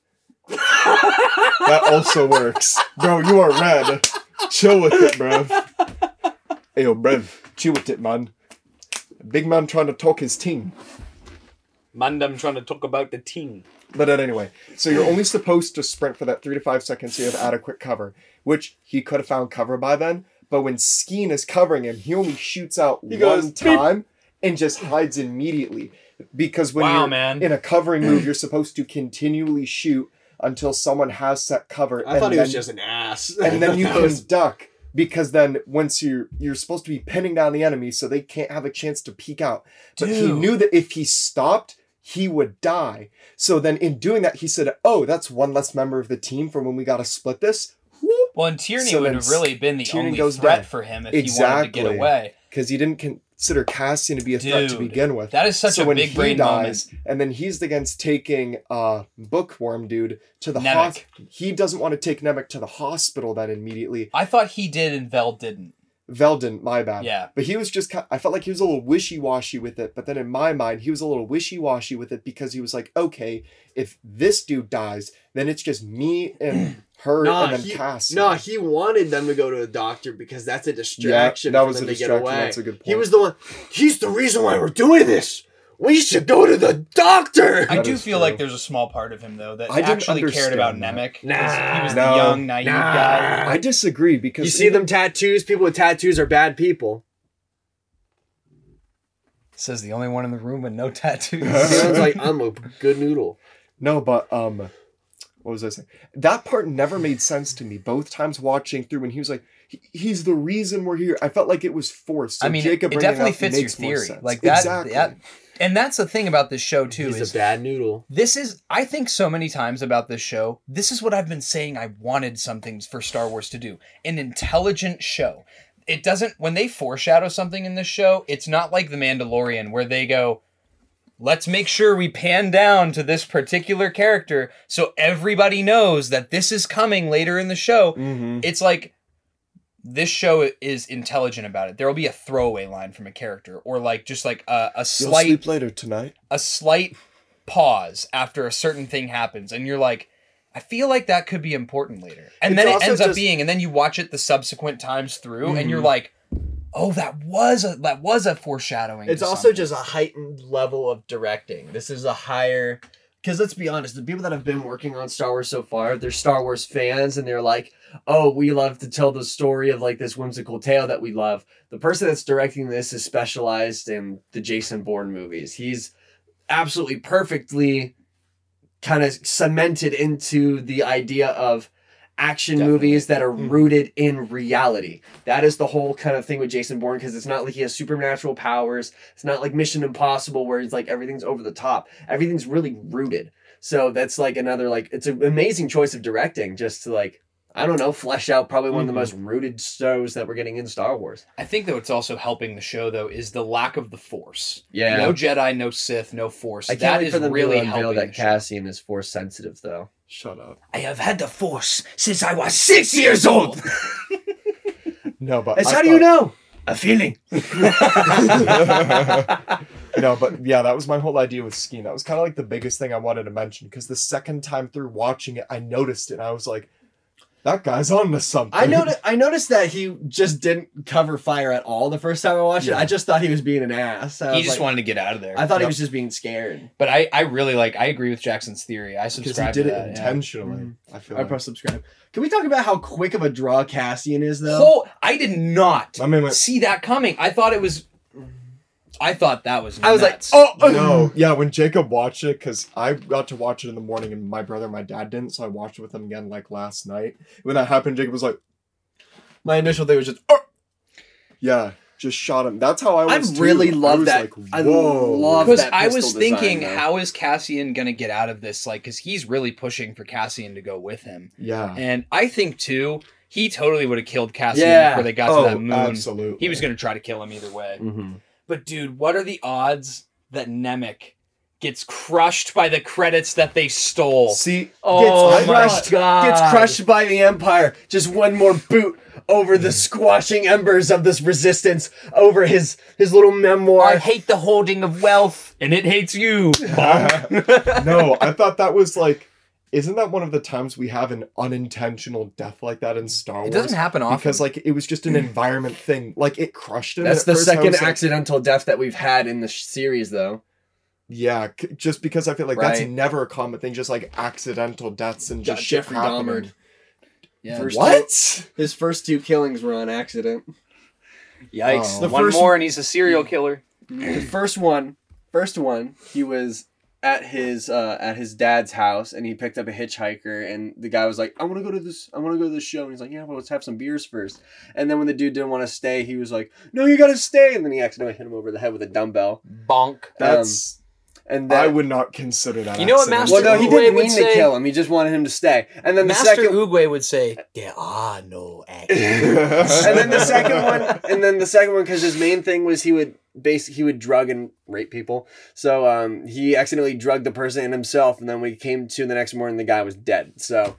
Speaker 3: cancel?
Speaker 1: That also works, bro. You are red. Chill with it, bro. Ayo, bro. Chill with it, man. Big man trying to talk his team.
Speaker 3: Mandam trying to talk about the ting.
Speaker 1: But at anyway, so you're only supposed to sprint for that three to five seconds so you have adequate cover, which he could have found cover by then. But when Skeen is covering him, he only shoots out one
Speaker 4: goes, "Beep."
Speaker 1: time and just hides immediately. Because when
Speaker 3: Wow,
Speaker 1: you're
Speaker 3: man.
Speaker 1: in a covering move, you're supposed to continually shoot until someone has set cover.
Speaker 4: I thought he was
Speaker 1: then-
Speaker 4: just an ass.
Speaker 1: and then you
Speaker 4: That was-
Speaker 1: can duck because then once you're you're supposed to be pinning down the enemy so they can't have a chance to peek out but he
Speaker 3: Dude.
Speaker 1: knew that if he stopped he would die so then in doing that he said oh that's one less member of the team from when we got to split this
Speaker 3: Well, and Tierney
Speaker 1: So
Speaker 3: would
Speaker 1: then
Speaker 3: have really been the
Speaker 1: Tierney
Speaker 3: only
Speaker 1: goes
Speaker 3: threat
Speaker 1: down.
Speaker 3: for him if he wanted to
Speaker 1: Exactly.
Speaker 3: get away.
Speaker 1: because he didn't consider cassian to be a threat to
Speaker 3: Dude,
Speaker 1: begin with
Speaker 3: That is such
Speaker 1: so
Speaker 3: a
Speaker 1: when
Speaker 3: big
Speaker 1: he
Speaker 3: brain
Speaker 1: dies, and then he's against taking uh bookworm dude to the
Speaker 3: Nemec.
Speaker 1: hos- he doesn't want to take Nemec to the hospital then immediately.
Speaker 3: moment. I thought he did and Vel didn't.
Speaker 1: Veldon, my bad.
Speaker 3: Yeah.
Speaker 1: But he was just kind I felt like he was a little wishy-washy with it, but then in my mind, he was a little wishy-washy with it because he was like, okay, if this dude dies, then it's just me and her
Speaker 4: Nah,
Speaker 1: and then
Speaker 4: he-
Speaker 1: Cass.
Speaker 4: No, he wanted them to go to a doctor because that's a
Speaker 1: yeah,
Speaker 4: distraction.
Speaker 1: that
Speaker 4: for
Speaker 1: was a
Speaker 4: them to get
Speaker 1: distraction.
Speaker 4: away.
Speaker 1: That's a good point.
Speaker 4: He was the one. He's the reason why we're doing this. We should go to the doctor.
Speaker 1: That
Speaker 8: I do
Speaker 1: is
Speaker 8: feel
Speaker 1: true.
Speaker 8: like there's a small part of him though that
Speaker 1: I didn't
Speaker 8: actually cared about
Speaker 1: understand that.
Speaker 8: Nemec. 'cause he was
Speaker 1: Nah.
Speaker 8: the young, naive guy.
Speaker 1: I disagree because
Speaker 4: You see them tattoos. People with tattoos are bad people.
Speaker 3: Says the only one in the room with no tattoos.
Speaker 4: Sounds like I'm a good noodle.
Speaker 1: No, but um, what was I saying? That part never made sense to me. Both times watching through, when he was like, he, "He's the reason we're here," I felt like it was forced. So
Speaker 3: I mean,
Speaker 1: Jacob
Speaker 3: it, it
Speaker 1: bringing
Speaker 3: definitely
Speaker 1: up
Speaker 3: fits your
Speaker 1: makes more
Speaker 3: theory.
Speaker 1: sense.
Speaker 3: Like that,
Speaker 1: exactly.
Speaker 3: that- and that's the thing about this show too
Speaker 4: He's
Speaker 3: is
Speaker 4: a bad noodle.
Speaker 3: this is I think so many times about this show. This is what I've been saying. I wanted something for Star Wars to do an intelligent show. It doesn't when they foreshadow something in this show. It's not like The Mandalorian where they go, let's make sure we pan down to this particular character so everybody knows that this is coming later in the show.
Speaker 1: Mm-hmm.
Speaker 3: It's like this show is intelligent about it. There will be a throwaway line from a character, or like just like a, a
Speaker 1: You'll
Speaker 3: slight
Speaker 1: sleep later tonight.
Speaker 3: a slight pause after a certain thing happens and you're like I feel like that could be important later. And
Speaker 9: It's
Speaker 3: then it
Speaker 9: also
Speaker 3: ends up
Speaker 9: just-
Speaker 3: being and then you watch it the subsequent times through and
Speaker 4: Mm-hmm.
Speaker 3: you're like oh that was a that was a foreshadowing.
Speaker 9: It's
Speaker 3: to
Speaker 9: also
Speaker 3: something."
Speaker 9: just a heightened level of directing. This is a higher.
Speaker 4: Because let's be honest, the people that have been working on Star Wars so far, they're Star Wars fans, and they're like, "Oh, we love to tell the story of like this whimsical tale that we love." The person that's directing this is specialized in the Jason Bourne movies. He's absolutely perfectly kind of cemented into the idea of action
Speaker 3: Definitely.
Speaker 4: movies that are rooted in reality. That is the whole kind of thing with Jason Bourne because it's not like he has supernatural powers. It's not like Mission Impossible where it's like everything's over the top. Everything's really rooted. So that's like another like it's an amazing choice of directing just to like I don't know flesh out probably one of the most rooted shows that we're getting in Star Wars.
Speaker 3: I think though it's also helping the show though is the lack of the force.
Speaker 4: Yeah.
Speaker 3: No Jedi, no Sith, no force.
Speaker 4: I can't
Speaker 3: That
Speaker 4: wait
Speaker 3: is
Speaker 4: for them
Speaker 3: really
Speaker 4: to unveil
Speaker 3: helping.
Speaker 4: that
Speaker 3: the show.
Speaker 4: Cassian is force sensitive though.
Speaker 1: Shut up.
Speaker 3: I have had the force since I was 6 years old.
Speaker 1: No, but
Speaker 4: It's
Speaker 1: I
Speaker 4: how do you
Speaker 1: thought-
Speaker 4: know? A feeling.
Speaker 1: no, but yeah, that was my whole idea with skiing. That was kind of like the biggest thing I wanted to mention because the second time through watching it, I noticed it. And I was like, that guy's on to something.
Speaker 4: I noticed. I noticed that he just didn't cover fire at all the first time I watched
Speaker 1: Yeah.
Speaker 4: it. I just thought he was being an ass. I
Speaker 3: he
Speaker 4: was
Speaker 3: just
Speaker 4: Uh, like-
Speaker 3: wanted to get out of there.
Speaker 4: I thought he
Speaker 1: Yep.
Speaker 4: was just being scared.
Speaker 3: But I, I really like I agree with Jackson's theory. I
Speaker 1: because he
Speaker 3: subscribe
Speaker 1: did
Speaker 3: to
Speaker 1: it
Speaker 3: that. yeah.
Speaker 1: intentionally. I feel
Speaker 4: Mm-hmm. I
Speaker 1: like.
Speaker 4: press subscribe. Can we talk about how quick of a draw Cassian is though?
Speaker 3: Whole- I did not
Speaker 1: I mean, like,
Speaker 3: see that coming. I thought it was I thought that was
Speaker 4: I was like,
Speaker 3: nuts.
Speaker 4: oh,
Speaker 1: no, yeah, when Jacob watched it, because I got to watch it in the morning and my brother and my dad didn't, so I watched it with them again like last night. When that happened, Jacob was like,
Speaker 4: my initial thing was just.
Speaker 1: yeah, just shot him. That's how I
Speaker 4: I
Speaker 1: was.
Speaker 4: really
Speaker 1: too.
Speaker 4: love
Speaker 1: was
Speaker 4: that.
Speaker 1: Like,
Speaker 4: I
Speaker 1: Whoa.
Speaker 4: love
Speaker 3: because
Speaker 4: that
Speaker 3: I
Speaker 4: pistol
Speaker 3: was
Speaker 4: design,
Speaker 3: thinking,
Speaker 4: though.
Speaker 3: how is Cassian gonna get out of this? Like, because he's really pushing for Cassian to go with him,
Speaker 1: Yeah.
Speaker 3: and I think too, he totally would have killed Cassian
Speaker 4: Yeah.
Speaker 3: before they got to
Speaker 4: Oh,
Speaker 3: that moon.
Speaker 1: Oh, absolutely. Mm.
Speaker 3: He was gonna try to kill him either way.
Speaker 4: Mhm.
Speaker 3: But dude, what are the odds that Nemec gets crushed by the credits that they stole?
Speaker 1: see.
Speaker 3: Oh
Speaker 4: gets
Speaker 3: my
Speaker 4: crushed,
Speaker 3: God.
Speaker 4: gets crushed by the Empire. Just one more boot over the squashing embers of this resistance over his his little memoir.
Speaker 3: I hate the hoarding of wealth, and it hates you.
Speaker 1: no, I thought that was like, isn't that one of the times we have an unintentional death like that in Star Wars?
Speaker 3: It doesn't happen often.
Speaker 1: because like it was just an environment thing. Like it crushed him.
Speaker 4: That's
Speaker 1: at
Speaker 4: the
Speaker 1: first, and I
Speaker 4: second
Speaker 1: was like,
Speaker 4: accidental death that we've had in the sh- series, though.
Speaker 1: yeah, c- just because I feel like that's
Speaker 4: Right.
Speaker 1: never a common thing. Just like accidental deaths and
Speaker 4: Got
Speaker 1: just shit
Speaker 4: Jeffrey
Speaker 1: happening.
Speaker 4: Dahmered. First
Speaker 1: What?
Speaker 4: His first two killings were on accident.
Speaker 3: Yikes!
Speaker 1: Oh. The
Speaker 3: One
Speaker 4: first-
Speaker 3: more, and he's a serial killer.
Speaker 4: the first one, first one, he was at his uh, at his dad's house, and he picked up a hitchhiker, and the guy was like, "I want to go to this, I want to go to this show," and he's like, "Yeah, well, let's have some beers first. And then when the dude didn't want to stay, he was like, "No, you gotta stay," and then he accidentally hit him over the head with a dumbbell,
Speaker 3: Bonk.
Speaker 1: That's.
Speaker 4: Um, and
Speaker 1: I
Speaker 4: then.
Speaker 1: would not consider that.
Speaker 3: You know what,
Speaker 1: accidental.
Speaker 4: well, no, he
Speaker 3: Uwe
Speaker 4: didn't
Speaker 3: would
Speaker 4: mean to
Speaker 3: say-
Speaker 4: kill him. He just wanted him to stay. And then the
Speaker 8: Master
Speaker 4: second,
Speaker 8: Oogway would say, "There are no accidents."
Speaker 4: and then the second one, and then the second one, because his main thing was he would basically he would drug and rape people. So um, he accidentally drugged the person and himself, and then we came to the next morning, the guy was dead. So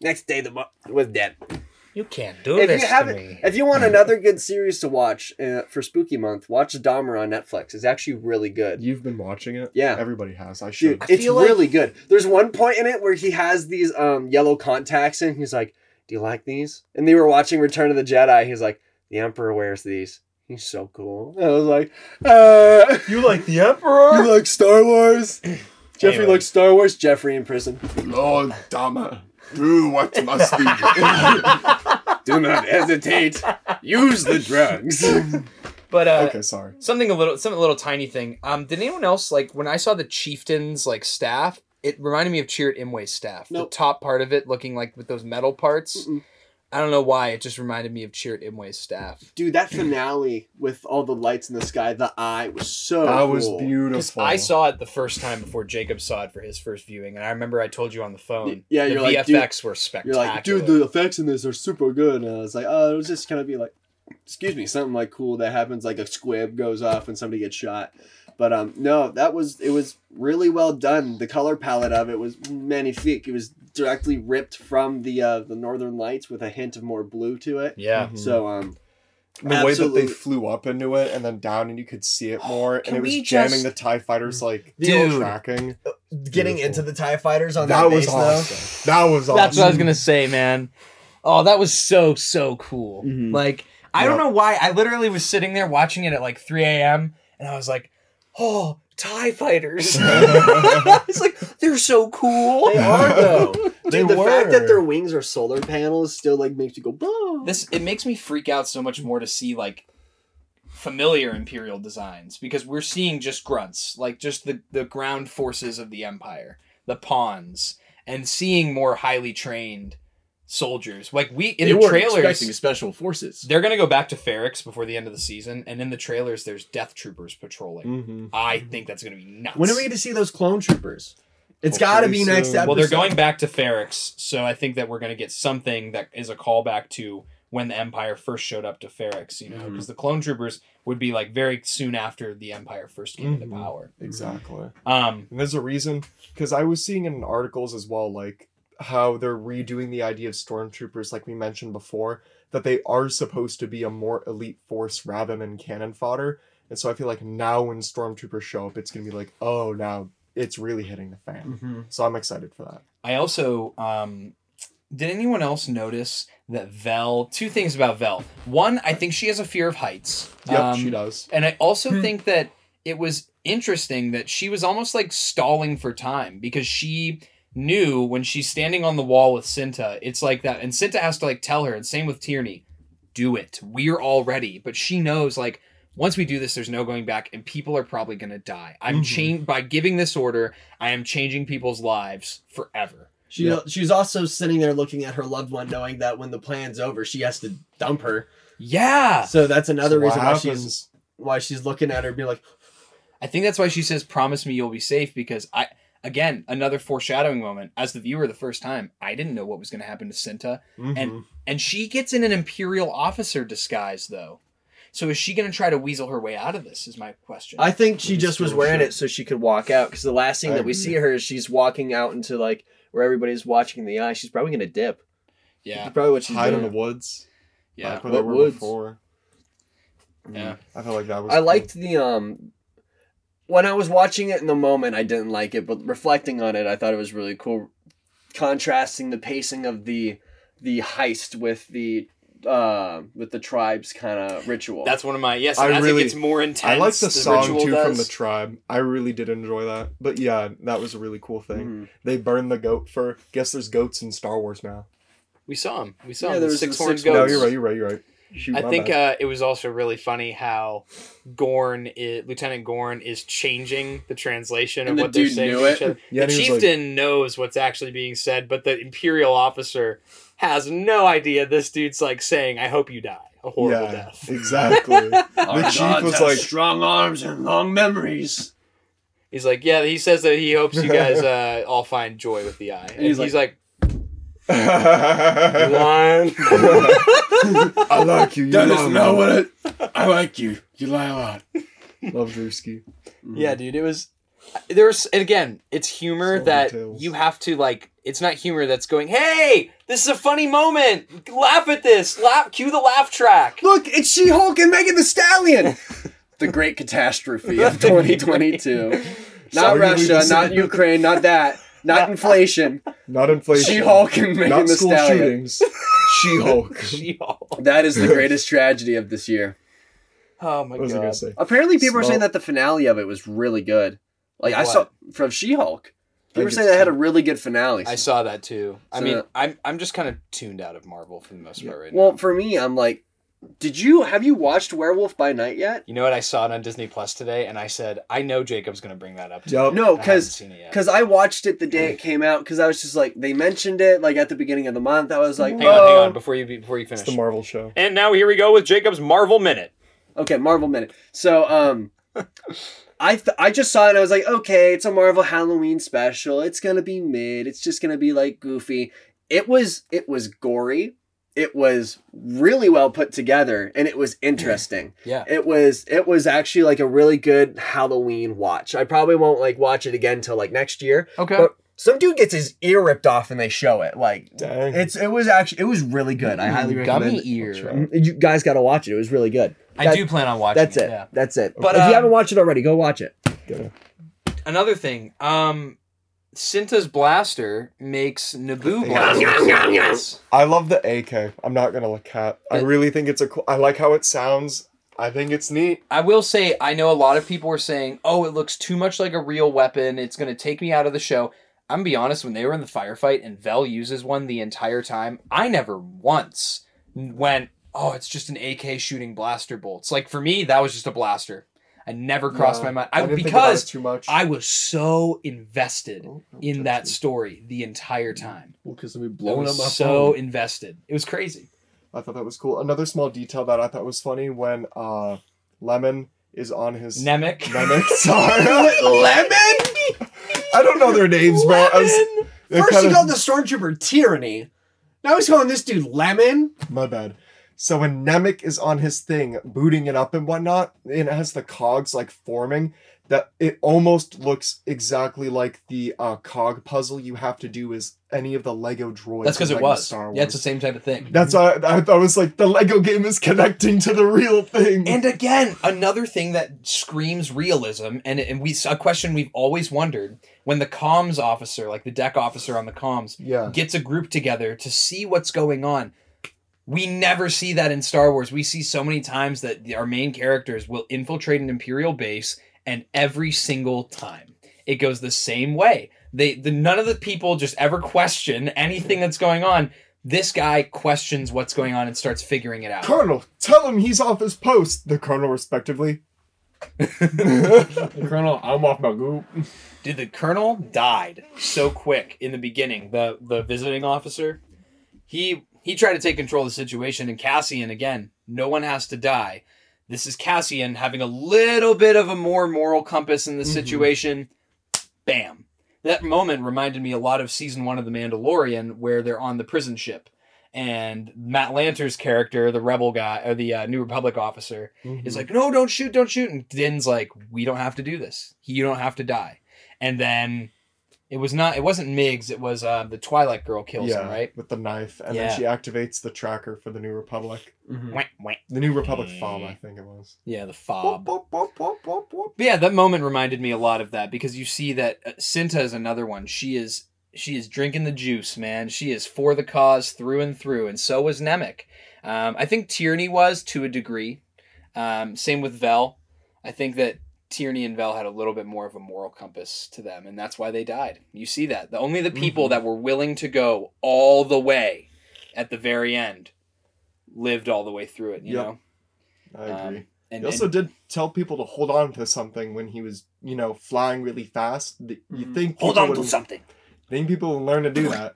Speaker 4: next day, the mo- was dead.
Speaker 10: You can't do
Speaker 4: If you
Speaker 10: this to
Speaker 4: haven't-
Speaker 10: me.
Speaker 4: If you want another good series to watch uh, for Spooky Month, watch Dahmer on Netflix. It's actually really good.
Speaker 1: You've been watching it.
Speaker 4: Yeah.
Speaker 1: everybody has. I should.
Speaker 4: Dude, it's really good. There's one point in it where he has these um, yellow contacts and he's like, "Do you like these?" And they were watching Return of the Jedi. He's like, "The Emperor wears these. He's so cool." And I was like, uh,
Speaker 11: You like the Emperor?
Speaker 1: you like Star Wars?
Speaker 4: "Jeffrey
Speaker 10: Anyway.
Speaker 4: likes Star Wars. Jeffrey in prison.
Speaker 1: Lord Dama, do what must be.
Speaker 4: Do not hesitate. Use the drugs."
Speaker 3: But uh,
Speaker 1: okay, sorry.
Speaker 3: something a little, something a little tiny thing. Um, did anyone else like when I saw the chieftain's like staff? It reminded me of Cheered Imwe's staff.
Speaker 4: Nope.
Speaker 3: The top part of it looking like with those metal parts.
Speaker 4: Mm-mm.
Speaker 3: I don't know why it just reminded me of Cheered Imwe's staff.
Speaker 4: Dude, that finale with all the lights in the sky, the eye was so.
Speaker 1: That was
Speaker 4: Oh, cool.
Speaker 3: Because
Speaker 1: beautiful.
Speaker 3: I saw it the first time before Jacob saw it for his first viewing, and I remember I told you on the phone.
Speaker 4: Yeah,
Speaker 3: the
Speaker 4: you're like,
Speaker 3: VFX
Speaker 4: dude-
Speaker 3: were
Speaker 4: You're
Speaker 3: spectacular.
Speaker 4: like, dude, the effects in this are super good. And I was like, oh, it was just gonna be like, excuse me, something like cool that happens, like a squib goes off and somebody gets shot. But um, no, that was it was really well done. The color palette of it was magnifique. It was directly ripped from the uh, the Northern Lights with a hint of more blue to it.
Speaker 3: yeah.
Speaker 1: Mhm.
Speaker 4: So um,
Speaker 1: the way that
Speaker 4: Absolutely.
Speaker 1: they flew up into it and then down, and you could see it more,
Speaker 10: Can
Speaker 1: and it was
Speaker 10: we
Speaker 1: jamming
Speaker 10: just-
Speaker 1: the Tie Fighters like
Speaker 11: Dude.
Speaker 1: tracking.
Speaker 11: Getting
Speaker 1: Beautiful.
Speaker 11: into the TIE fighters on
Speaker 1: That,
Speaker 11: that,
Speaker 1: was
Speaker 11: base,
Speaker 1: awesome. That was awesome.
Speaker 10: That's what I was
Speaker 3: Mm.
Speaker 10: gonna say, man. Oh, that was so so cool.
Speaker 4: Mhm.
Speaker 10: Like
Speaker 3: I don't
Speaker 1: Yeah.
Speaker 3: know why. I literally was sitting there watching it at like 3 a.m. and I was like, oh, TIE fighters. it's like, they're so cool.
Speaker 4: they are though.
Speaker 11: Though.
Speaker 4: Dude, the fact that their wings are solar panels still like makes you go, boom.
Speaker 3: This it makes me freak out so much more to see like familiar Imperial designs because we're seeing just grunts, like just the, the ground forces of the Empire, the pawns, and seeing more highly trained soldiers. Like we in
Speaker 11: They
Speaker 3: the
Speaker 11: weren't
Speaker 3: trailers.
Speaker 11: expecting special forces.
Speaker 3: They're gonna go back to Ferrix before the end of the season, and in the trailers, there's Death Troopers patrolling.
Speaker 1: Mhm.
Speaker 3: I think that's gonna be nuts.
Speaker 11: When are we going to see those clone troopers? It's got to be
Speaker 1: Hopefully
Speaker 11: next
Speaker 1: soon.
Speaker 11: episode.
Speaker 3: Well, they're going back to Ferrix, so I think that we're gonna get something that is a callback to when the Empire first showed up to Ferrix. You
Speaker 1: Mm-hmm.
Speaker 3: know, because the clone troopers would be like very soon after the Empire first came into
Speaker 1: Mhm.
Speaker 3: power.
Speaker 1: Exactly.
Speaker 3: Um,
Speaker 1: And there's a reason because I was seeing in articles as well, like how they're redoing the idea of stormtroopers, like we mentioned before, that they are supposed to be a more elite force rather than cannon fodder. And so I feel like now when stormtroopers show up, it's gonna be like, oh, now it's really hitting the fan.
Speaker 4: Mm-hmm.
Speaker 11: Mhm.
Speaker 1: So I'm excited for that.
Speaker 3: I also um, did anyone else notice that Vel? Two things about Vel. One, I think she has a fear of heights.
Speaker 1: Yep,
Speaker 3: Um,
Speaker 1: she does.
Speaker 3: And I also think that it was interesting that she was almost like stalling for time because she knew when she's standing on the wall with Cinta, it's like that. And Cinta has to like tell her, and same with Tierney, do it. We're all ready. But she knows like once we do this, there's no going back, and people are probably gonna die. I'm
Speaker 1: Mhm.
Speaker 3: changed by giving this order, I am changing people's lives forever.
Speaker 11: She, She's also sitting there looking at her loved one, knowing that when the plan's over, she has to dump her.
Speaker 3: Yeah.
Speaker 11: So that's another
Speaker 1: So what
Speaker 11: reason why she's
Speaker 1: happens-
Speaker 11: why she's looking at her, being like,
Speaker 3: I think that's why she says, "Promise me you'll be safe," because I, again, another foreshadowing moment. As the viewer, the first time, I didn't know what was going to happen to Cinta,
Speaker 1: Mhm.
Speaker 3: and she gets in an imperial officer disguise, though. So is she going to try to weasel her way out of this? Is my question.
Speaker 12: I think she
Speaker 1: Let me
Speaker 12: just was
Speaker 1: scroll
Speaker 12: wearing
Speaker 1: shit.
Speaker 12: it so she could walk out because the last thing
Speaker 1: I
Speaker 12: that we
Speaker 1: agree.
Speaker 12: see her is she's walking out into like where everybody's watching the eye. She's probably gonna dip.
Speaker 3: yeah,
Speaker 12: That's probably what she's
Speaker 1: hide in the
Speaker 12: doing.
Speaker 1: woods.
Speaker 3: yeah,
Speaker 1: like where they
Speaker 12: What
Speaker 1: were
Speaker 12: woods?
Speaker 1: before.
Speaker 3: yeah.
Speaker 1: I felt like that was.
Speaker 12: I
Speaker 1: cool.
Speaker 12: liked the um when I was watching it in the moment I didn't like it, but reflecting on it, I thought it was really cool. Contrasting the pacing of the the heist with the uh with the tribes kind of ritual.
Speaker 3: That's one of my yes.
Speaker 1: I
Speaker 3: and as
Speaker 1: really-
Speaker 3: it gets more intense,
Speaker 1: I like the, song
Speaker 3: ritual
Speaker 1: too from
Speaker 3: does.
Speaker 1: the tribe. I really did enjoy that. But yeah, that was a really cool thing.
Speaker 12: Mhm.
Speaker 1: They burn the goat fur. Guess there's goats in Star Wars now.
Speaker 3: we saw him. We saw
Speaker 12: Yeah,
Speaker 3: him.
Speaker 12: there
Speaker 3: The
Speaker 12: was the
Speaker 3: six horned
Speaker 12: six-
Speaker 3: goats.
Speaker 1: No, you're right. You're right. You're right. Shoot,
Speaker 3: I
Speaker 1: my
Speaker 3: think
Speaker 1: bad.
Speaker 3: uh, it was also really funny how Gorn, i Lieutenant Gorn, is changing the translation
Speaker 12: And
Speaker 3: of
Speaker 12: the
Speaker 3: what they're
Speaker 12: dude
Speaker 3: saying.
Speaker 12: knew
Speaker 3: to
Speaker 12: it.
Speaker 3: each other.
Speaker 1: Yeah, and
Speaker 3: the
Speaker 1: he was like-
Speaker 3: chieftain knows what's actually being said, but the imperial officer has no idea. This dude's like saying, "I hope you die a horrible
Speaker 1: yeah,
Speaker 3: death."
Speaker 1: exactly.
Speaker 12: Mm-hmm.
Speaker 1: the chief
Speaker 12: gods
Speaker 1: was
Speaker 12: have
Speaker 1: like,
Speaker 12: strong arms and long memories.
Speaker 3: He's like, "Yeah." He says that he hopes you guys uh, all find joy with the eye, and, he's,
Speaker 12: he's
Speaker 3: like,
Speaker 1: I
Speaker 3: "Line."
Speaker 1: like you. You
Speaker 11: That is
Speaker 1: love
Speaker 11: not
Speaker 1: me."
Speaker 11: what I, I like you. You lie a lot.
Speaker 1: Love Drewski. Mm-hmm.
Speaker 3: Yeah, dude, it was. There's and again, it's humor
Speaker 1: Silver
Speaker 3: that
Speaker 1: Tales.
Speaker 3: you have to like It's not humor that's going, hey, this is a funny moment. Laugh at this. Laugh. Cue the laugh track.
Speaker 4: Look, it's She Hulk and Megan the Stallion. the great catastrophe of 2022. Not
Speaker 1: Sorry, we
Speaker 4: Russia,
Speaker 1: just-
Speaker 4: not Ukraine, not that, not inflation.
Speaker 1: Not inflation.
Speaker 4: She Hulk and Megan
Speaker 1: Not
Speaker 4: the
Speaker 1: school
Speaker 4: Stallion.
Speaker 1: shootings. She Hulk.
Speaker 4: That is the greatest tragedy of this year.
Speaker 3: Oh my
Speaker 1: What was I gonna
Speaker 3: god.
Speaker 1: say?
Speaker 4: Apparently, people are saying that
Speaker 1: Smoke.
Speaker 4: the finale of it was really good. Like I
Speaker 3: What?
Speaker 4: saw from She Hulk, people
Speaker 1: I
Speaker 4: were
Speaker 1: think
Speaker 4: saying
Speaker 1: it's
Speaker 4: that had a really good finale.
Speaker 3: I saw that too. I
Speaker 4: So
Speaker 3: mean,
Speaker 4: that-
Speaker 3: I'm I'm just kind of tuned out of Marvel for the most part right
Speaker 4: well,
Speaker 3: now.
Speaker 4: for me, I'm like, did you have you watched Werewolf by Night yet?
Speaker 3: You know what? I saw it on Disney Plus today, and I said, I know Jacob's going to bring that up.
Speaker 1: Yup.
Speaker 4: No,
Speaker 3: I haven't
Speaker 4: because
Speaker 3: seen it yet.
Speaker 4: Because I watched it the day it came out because I was just like, they mentioned it like at the beginning of the month. I was like,
Speaker 3: hang on, hang
Speaker 4: oh.
Speaker 3: on, before you be- before you
Speaker 1: It's
Speaker 3: finish.
Speaker 1: the Marvel show.
Speaker 3: and now here we go with Jacob's Marvel minute.
Speaker 4: Okay, Marvel Minute. So, um, I th- I just saw it and I was like, okay, it's a Marvel Halloween special. It's gonna be mid. It's just gonna be like goofy. It was it was gory. It was really well put together and it was interesting.
Speaker 3: Yeah.
Speaker 4: It was it was actually like a really good Halloween watch.
Speaker 13: I probably won't like watch it again till like next year.
Speaker 3: Okay.
Speaker 13: But some dude gets his ear ripped off and they show it. Like
Speaker 1: Dang.
Speaker 13: it's it was actually it was really good. I highly recommend.
Speaker 3: Mm-hmm. Gummy
Speaker 13: it.
Speaker 3: ear.
Speaker 13: You guys got to watch it. It was really good.
Speaker 14: I do plan on watching.
Speaker 13: That's it.
Speaker 3: yeah.
Speaker 13: That's it.
Speaker 3: But,
Speaker 13: if
Speaker 3: um,
Speaker 13: you haven't watched it already, go watch it.
Speaker 1: Gotta-
Speaker 3: Another thing, um, Cinta's blaster makes Naboo blaster.
Speaker 1: I love the AK. I'm not gonna look at. I really think it's a cool. I like how it sounds. I think it's neat.
Speaker 3: I will say, I know a lot of people were saying, "Oh, it looks too much like a real weapon. It's going to take me out of the show." I'm gonna be honest. When they were in the firefight and Vel uses one the entire time, I never once went, "Oh, it's just an AK shooting blaster bolts." Like for me, that was just a blaster. I never crossed
Speaker 1: No,
Speaker 3: my mind I,
Speaker 1: didn't think about it
Speaker 3: because
Speaker 1: too much. Oh,
Speaker 3: I was so invested in that story the entire time.
Speaker 1: because we
Speaker 3: I
Speaker 1: blowing
Speaker 3: was
Speaker 1: up my
Speaker 3: so
Speaker 1: phone.
Speaker 3: invested. It was crazy.
Speaker 1: I thought that was cool. Another small detail that I thought was funny when uh, Lemon is on his
Speaker 3: Nemec.
Speaker 1: Lemon. Sorry, Lemon. I don't know their names, bro. I was, it
Speaker 13: First,
Speaker 1: kinda-
Speaker 13: he called the stormtrooper tyranny. Now he's calling this dude lemon.
Speaker 1: My bad. So when Nemec is on his thing, booting it up and whatnot, and it has the cogs like forming, that it almost looks exactly like the uh, cog puzzle you have to do is any of the Lego droids.
Speaker 3: That's because
Speaker 1: in,
Speaker 3: it
Speaker 1: like, the
Speaker 3: was.
Speaker 1: Star Wars.
Speaker 3: Yeah, it's the same type of thing.
Speaker 1: That's why I, I was like, the Lego game is connecting to the real thing.
Speaker 3: And again, another thing that screams realism, and and we a question we've always wondered when the comms officer, like the deck officer on the comms,
Speaker 1: yeah.
Speaker 3: gets a group together to see what's going on. We never see that in Star Wars. We see so many times that the- our main characters will infiltrate an Imperial base, and every single time it goes the same way. They the none of the people just ever question anything that's going on. This guy questions what's going on and starts figuring it out.
Speaker 1: Colonel, tell him he's off his post. The Colonel, respectively. Colonel, I'm off my goop.
Speaker 3: Dude, the colonel died so quick in the beginning. The the visiting officer, he he tried to take control of the situation, and Cassian again. No one has to die. This is Cassian having a little bit of a more moral compass in the situation. Bam. That moment reminded me a lot of season one of The Mandalorian, where they're on the prison ship, and Matt Lanter's character, the rebel guy or the uh, New Republic officer, is like, "No, don't shoot, don't shoot," and Din's like, "We don't have to do this. You don't have to die." and then it was not it wasn't Miggs, it was uh, the Twilight girl kills him, right?
Speaker 1: With the knife, and
Speaker 3: Yeah.
Speaker 1: then she activates the tracker for the New Republic.
Speaker 13: Mm-hmm.
Speaker 3: Wah, wah.
Speaker 1: The New Republic fob, I think it was.
Speaker 3: Yeah, the fob. But yeah, that moment reminded me a lot of that because you see that uh, Cinta is another one. She is she is drinking the juice, man. She is for the cause through and through, and so was Nemec. Um, I think Tierney was to a degree. Um, same with Vel. I think that Tierney and Vel had a little bit more of a moral compass to them, and that's why they died. You see that the only the
Speaker 1: Mm-hmm.
Speaker 3: people that were willing to go all the way at the very end lived all the way through it. You
Speaker 1: Yep.
Speaker 3: know,
Speaker 1: I agree.
Speaker 3: Um, and,
Speaker 1: he also did tell people to hold on to something when he was, you know, flying really fast. The- You think
Speaker 3: hold
Speaker 1: people
Speaker 3: on to
Speaker 1: would-
Speaker 3: something.
Speaker 1: Think people will learn to do that.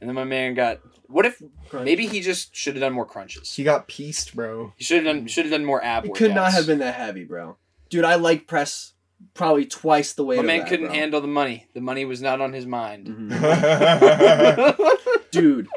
Speaker 3: And then my man got. What if maybe he just should have done more crunches?
Speaker 1: He got pieced, bro.
Speaker 3: He should have done should have done more ab.
Speaker 13: It could not
Speaker 3: workouts.
Speaker 13: have been that heavy, bro. Dude, I like press probably twice the weight.
Speaker 3: My
Speaker 13: of
Speaker 3: man
Speaker 13: that,
Speaker 3: couldn't
Speaker 13: bro. Mm-hmm.
Speaker 3: handle the money. The money was not on his
Speaker 4: Mm-hmm.
Speaker 3: mind.
Speaker 1: I
Speaker 13: Dude,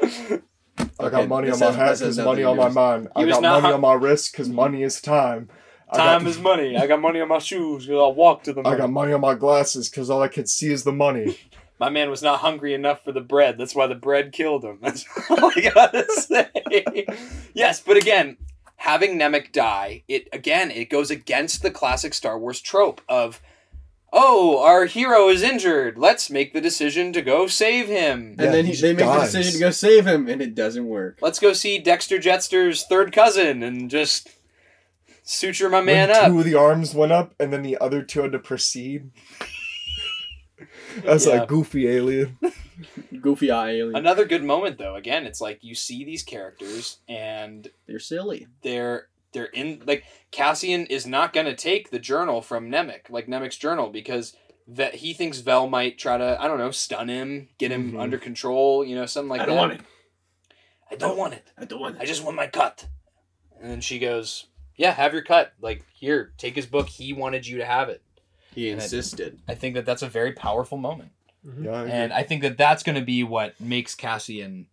Speaker 1: got money
Speaker 13: this
Speaker 1: on my
Speaker 13: has-
Speaker 1: head
Speaker 13: this has
Speaker 1: because
Speaker 13: nothing
Speaker 1: money
Speaker 13: to
Speaker 1: on
Speaker 13: do
Speaker 1: my
Speaker 13: with-
Speaker 1: mind. I
Speaker 3: was
Speaker 1: got
Speaker 3: not
Speaker 1: money
Speaker 3: hu-
Speaker 1: on my wrist because money is time. I got-
Speaker 3: Time is money. I got money on my shoes because I'll walk to the
Speaker 1: I
Speaker 3: money.
Speaker 1: got money on my glasses because all I could see is the money.
Speaker 3: my man was not hungry enough for the bread. That's why the bread killed him. That's all I gotta say. yes, but again, having Nemec die, it again it goes against the classic Star Wars trope of, oh, our hero is injured. Let's make the decision to go save him.
Speaker 1: Yeah,
Speaker 15: and then
Speaker 1: he
Speaker 15: he, they make
Speaker 1: just dies.
Speaker 15: the decision to go save him, and it doesn't work.
Speaker 3: Let's go see Dexter Jetster's third cousin and just suture my
Speaker 1: When
Speaker 3: man up.
Speaker 1: Two of the arms went up, and then the other two had to proceed. That's
Speaker 3: Yeah.
Speaker 1: like goofy alien.
Speaker 15: Goofy eye alien.
Speaker 3: Another good moment though. Again, it's like you see these characters and
Speaker 15: They're silly.
Speaker 3: they're they're in like Cassian is not gonna take the journal from Nemec, like Nemec's journal, because that he thinks Vel might try to I don't know stun him, get him
Speaker 1: Mhm.
Speaker 3: under control, you know, something like
Speaker 15: Mm-hmm. I
Speaker 3: that.
Speaker 15: don't want it.
Speaker 3: I don't want it.
Speaker 15: I don't want
Speaker 3: I
Speaker 15: it.
Speaker 3: just want my cut. And then she goes, "Yeah, have your cut. Like here, take his book. He wanted you to have it."
Speaker 15: He
Speaker 16: And I-
Speaker 15: insisted.
Speaker 16: I think that that's a very powerful moment.
Speaker 1: Yeah, I agree.
Speaker 16: And I think that that's going to be what makes Cassian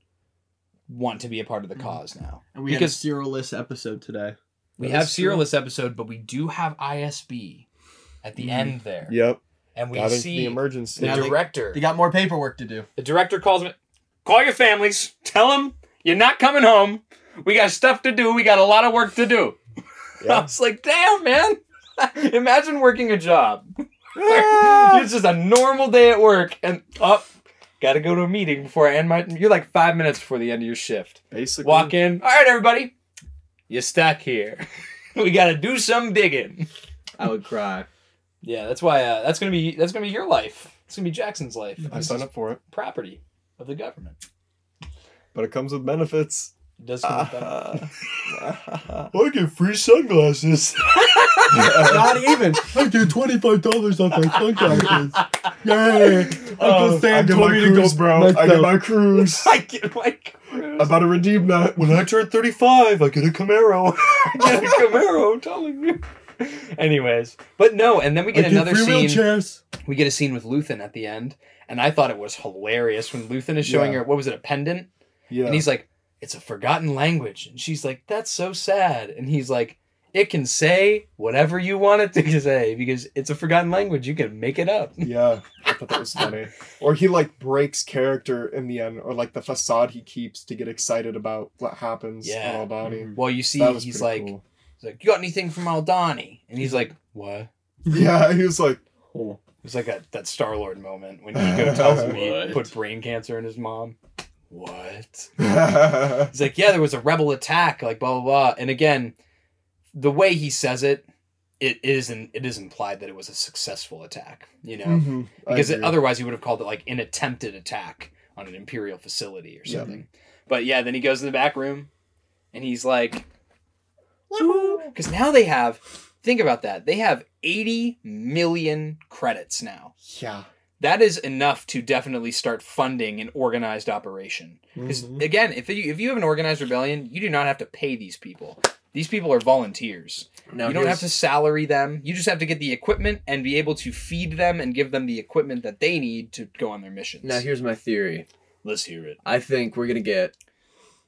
Speaker 16: want to be a part
Speaker 3: Mhm.
Speaker 16: of the cause now.
Speaker 15: And we
Speaker 16: Because-
Speaker 15: had a serialless episode today.
Speaker 16: We
Speaker 15: That
Speaker 16: have
Speaker 15: is true.
Speaker 16: Serialist episode, but we do have ISB at
Speaker 15: Mm.
Speaker 16: the end there.
Speaker 1: yep.
Speaker 16: And we
Speaker 1: Got into the
Speaker 16: see the,
Speaker 1: emergency.
Speaker 15: Yeah, they-
Speaker 16: director.
Speaker 15: They got more paperwork to do.
Speaker 3: The director calls me, call your families, tell them you're not coming home. We got stuff to do. We got a lot of work to do. I
Speaker 1: Yeah.
Speaker 3: was like, damn, man. Imagine working a job. it's just a normal day at work, and up, got to go to a meeting before I end my. You're like five minutes before the end of your shift.
Speaker 1: Basically.
Speaker 3: Walk in. All right, everybody, you're stuck here. we got to do some digging.
Speaker 15: I would cry.
Speaker 3: Yeah, that's why. Uh, that's gonna be. That's gonna be your life. It's gonna be Jackson's life.
Speaker 1: I
Speaker 3: This
Speaker 1: signed
Speaker 3: is
Speaker 1: up for it,
Speaker 3: property of the government.
Speaker 1: but it comes with benefits.
Speaker 3: It does. come with benefits.
Speaker 1: I get free sunglasses.
Speaker 15: Not even.
Speaker 1: I do twenty five dollars off my sunglasses. Yay!
Speaker 4: Oh,
Speaker 15: Uncle Sam told me to go
Speaker 1: bro. I get
Speaker 15: myself.
Speaker 1: my cruise.
Speaker 3: I get my cruise.
Speaker 1: About to redeem that. When I turn thirty five, I get a Camaro.
Speaker 3: get a Camaro, I'm telling you. Anyways, but no, and then we get another scene.
Speaker 1: wheelchairs.
Speaker 3: We get a scene with Luthen at the end, and I thought it was hilarious when Luthen is showing
Speaker 1: Yeah.
Speaker 3: her what was it, a pendant,
Speaker 1: Yeah.
Speaker 3: and he's like, "It's a forgotten language," and she's like, "That's so sad," and he's like, "It can say whatever you want it to say because it's a forgotten language. You can make it up."
Speaker 1: yeah, I thought that was funny. Or he like breaks character in the end, or like the facade he keeps to get excited about what happens.
Speaker 3: Yeah.
Speaker 1: Yeah. Aldani.
Speaker 3: Well, you see,
Speaker 1: That was
Speaker 3: he's
Speaker 1: pretty
Speaker 3: like,
Speaker 1: cool.
Speaker 3: he's like, "You got anything from Aldani?" And he's like, "What?"
Speaker 1: yeah, he was like, oh,
Speaker 3: It's like a, that Star Lord moment when Ego tells him he
Speaker 15: What?
Speaker 3: put brain cancer in his mom. What?
Speaker 1: yeah,
Speaker 3: He's like, yeah, there was a rebel attack, like blah blah blah. And again, the way he says it, it isn't. It is implied that it was a successful attack, you know,
Speaker 1: Mhm, I
Speaker 3: because it,
Speaker 1: agree.
Speaker 3: otherwise he would have called it like an attempted attack on an imperial facility or
Speaker 1: Yeah.
Speaker 3: something. But yeah, then he goes in the back room, and he's like, because now they have. Think about that. They have 80 million credits now.
Speaker 1: yeah,
Speaker 3: That is enough to definitely start funding an organized operation. Because
Speaker 4: Mm-hmm.
Speaker 1: Mhm.
Speaker 3: again, if you if you have an organized rebellion, you do not have to pay these people. These people are volunteers.
Speaker 15: Now
Speaker 3: you don't have
Speaker 15: here's-
Speaker 3: to salary them. You just have to get the equipment and be able to feed them and give them the equipment that they need to go on their missions.
Speaker 4: Now here's my theory.
Speaker 3: Let's hear it.
Speaker 4: I think we're gonna get,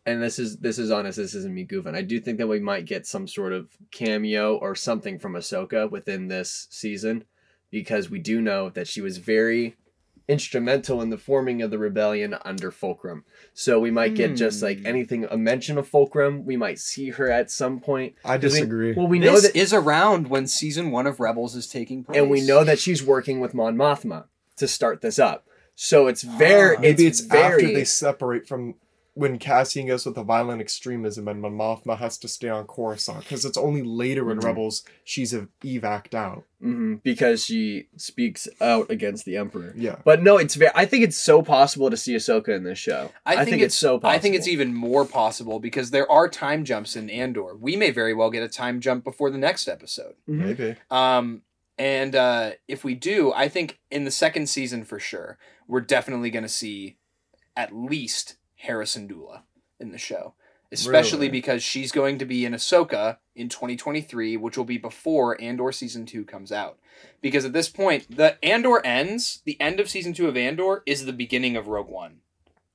Speaker 4: and this is this is honest. This isn't me goofing. I do think that we might get some sort of cameo or something from Ahsoka within this season, because we do know that she was very instrumental in the forming of the rebellion under Fulcrum. So we might get just like
Speaker 3: Hmm.
Speaker 4: anything a mention of Fulcrum. We might see her at some point.
Speaker 1: I disagree.
Speaker 4: Well, we know
Speaker 3: this
Speaker 4: that,
Speaker 3: is around when season one of Rebels is taking place,
Speaker 4: and we know that she's working with Mon Mothma to start this up. So it's
Speaker 3: Ah.
Speaker 4: very
Speaker 1: Maybe it's,
Speaker 4: it's, very
Speaker 1: after they separate from when Cassian goes with the violent extremism and when Mothma has to stay on Coruscant because it's only later in
Speaker 3: Mm-hmm.
Speaker 4: Mhm.
Speaker 1: Rebels she's ev- evac'd out.
Speaker 4: hmm because she speaks out against the Emperor.
Speaker 1: Yeah.
Speaker 4: But no, it's very. I think it's so possible to see Ahsoka in this show.
Speaker 3: I think it's-
Speaker 4: so possible.
Speaker 3: I think it's even more possible because there are time jumps in Andor. We may very well get a time jump before the next episode.
Speaker 4: Mm-hmm.
Speaker 1: Maybe.
Speaker 3: Um, and uh, if we do, I think in the second season for sure, we're definitely going to see at least Harrison Dula in the show, especially
Speaker 15: Really?
Speaker 3: because she's going to be in Ahsoka in 2023, which will be before Andor season two comes out. Because at this point, the Andor ends. The end of season two of Andor is the beginning of Rogue One,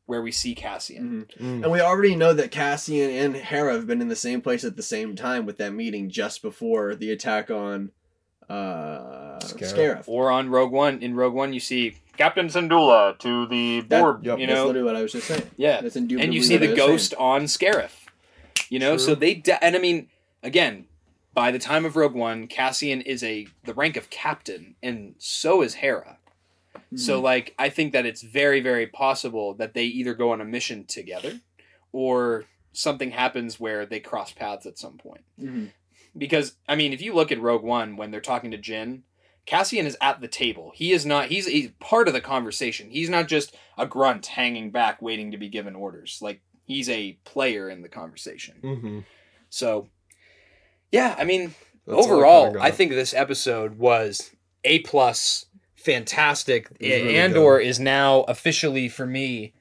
Speaker 3: where we see Cassian.
Speaker 15: Mhm.
Speaker 4: Mm-hmm.
Speaker 1: Mm.
Speaker 15: And we already know that Cassian and Hera have been in the same place at the same time with that meeting just before the attack on uh,
Speaker 1: Scarab.
Speaker 4: uh,
Speaker 15: Scarab.
Speaker 3: Or on Rogue One, in Rogue One, you see Captain Syndulla to the
Speaker 17: That-
Speaker 3: board.
Speaker 17: Yep.
Speaker 3: you
Speaker 17: that's
Speaker 3: know,
Speaker 17: literally what I was just saying.
Speaker 3: yeah.
Speaker 17: That's indubitably
Speaker 3: and you
Speaker 17: what
Speaker 3: see
Speaker 17: I
Speaker 3: the
Speaker 17: was saying.
Speaker 3: ghost on Scarif. You know, so they de- and I mean, again, by the time of Rogue One, Cassian is a the rank of captain, and so is Hera.
Speaker 4: Mm-hmm.
Speaker 3: So like, I think that it's very very possible that they either go on a mission together, or something happens where they cross paths at some point.
Speaker 4: Mm-hmm.
Speaker 17: Mhm.
Speaker 3: Because I mean, if you look at Rogue One when they're talking to Jin. Cassian is at the table. He is not. He's, he's part of the conversation. He's not just a grunt hanging back waiting to be given orders. Like he's a player in the conversation.
Speaker 18: Mm-hmm.
Speaker 3: So yeah, I mean overall, I, think this episode
Speaker 1: was a plus fantastic
Speaker 18: It was really
Speaker 1: andor is now officially for me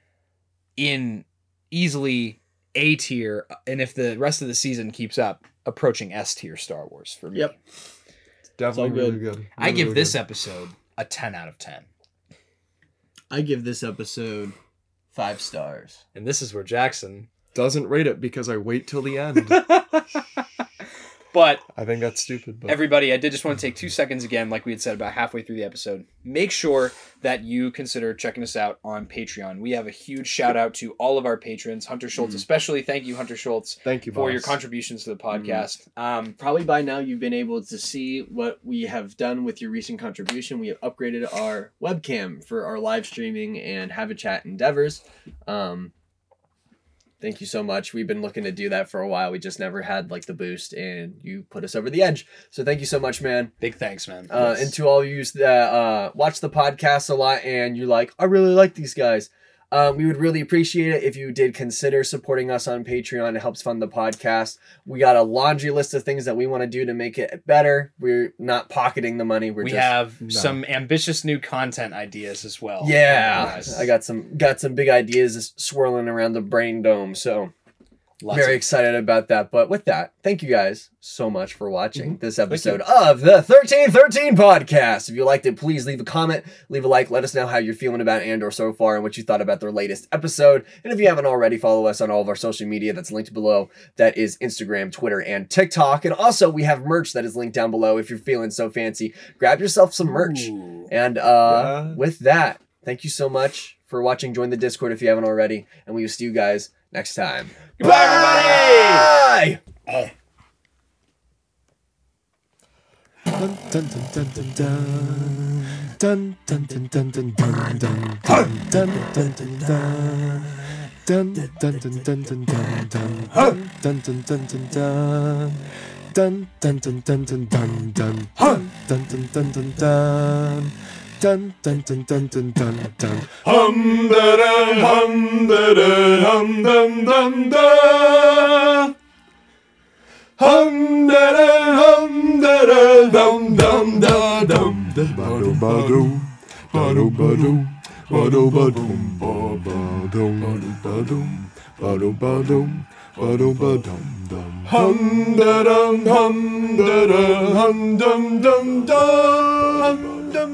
Speaker 1: in easily a tier and if the rest of the season keeps up approaching s tier star wars for me
Speaker 17: Yep.
Speaker 19: Definitely
Speaker 17: all
Speaker 19: really good.
Speaker 1: i
Speaker 19: Really,
Speaker 1: give
Speaker 19: really
Speaker 1: this
Speaker 19: good.
Speaker 1: episode a 10 out of 10
Speaker 17: I give this episode five stars.
Speaker 1: and this is where jackson
Speaker 19: doesn't rate it because I wait till the end.
Speaker 3: but
Speaker 19: I think that's stupid. But
Speaker 3: Everybody, I did just want to take two seconds again, like we had said about halfway through the episode. Make sure that you consider checking us out on Patreon. We have a huge shout out to all of our patrons, Hunter Schultz,
Speaker 1: Mm.
Speaker 3: especially. Thank you, Hunter Schultz,
Speaker 19: thank you
Speaker 3: for your
Speaker 19: boss.
Speaker 3: contributions to the
Speaker 1: Mm.
Speaker 3: podcast. Um,
Speaker 17: Probably by now you've been able to see what we have done with your recent contribution. We have upgraded our webcam for our live streaming and have a chat endeavors. Um,
Speaker 4: Thank you so much. We've been looking to do that for a while. We just never had like the boost, and you put us over the edge. So thank you so much, man.
Speaker 1: big thanks man
Speaker 4: Uh, and to all of you that uh, watch the podcast a lot and you're like, I really like these guys. Um, we would really appreciate it if you did consider supporting us on Patreon. It helps fund the podcast. We got a laundry list of things that we want to do to make it better. We're not pocketing the money. We're
Speaker 1: we
Speaker 4: just
Speaker 1: have some ambitious new content ideas as well
Speaker 4: yeah.
Speaker 1: Otherwise,
Speaker 4: I got some got some big ideas swirling around the brain dome. So
Speaker 1: lots
Speaker 4: very
Speaker 1: of-
Speaker 4: excited about that. But with that, thank you guys so much for watching
Speaker 1: Mm-hmm.
Speaker 4: this episode of the 1313 podcast. If you liked it, please leave a comment, leave a like, let us know how you're feeling about Andor so far and what you thought about their latest episode. And if you haven't already, follow us on all of our social media that's linked below. That is Instagram, Twitter, and TikTok. And also we have merch that is linked down below if you're feeling so fancy. Grab yourself some merch. And uh
Speaker 19: Yeah.
Speaker 4: with that, thank you so much for watching. Join the Discord if you haven't already, and we will see you guys next time.
Speaker 19: Goodbye, everybody.
Speaker 4: Bye!
Speaker 19: Hum da da hum da da hum dum dum da. Hum da da hum da da dum dum da dum da ba dum ba dum ba dum ba dum ba dum ba dum ba ba dum ba dum ba dum ba dum ba dum ba dum dum hum da dum hum da da hum dum dum da hum dum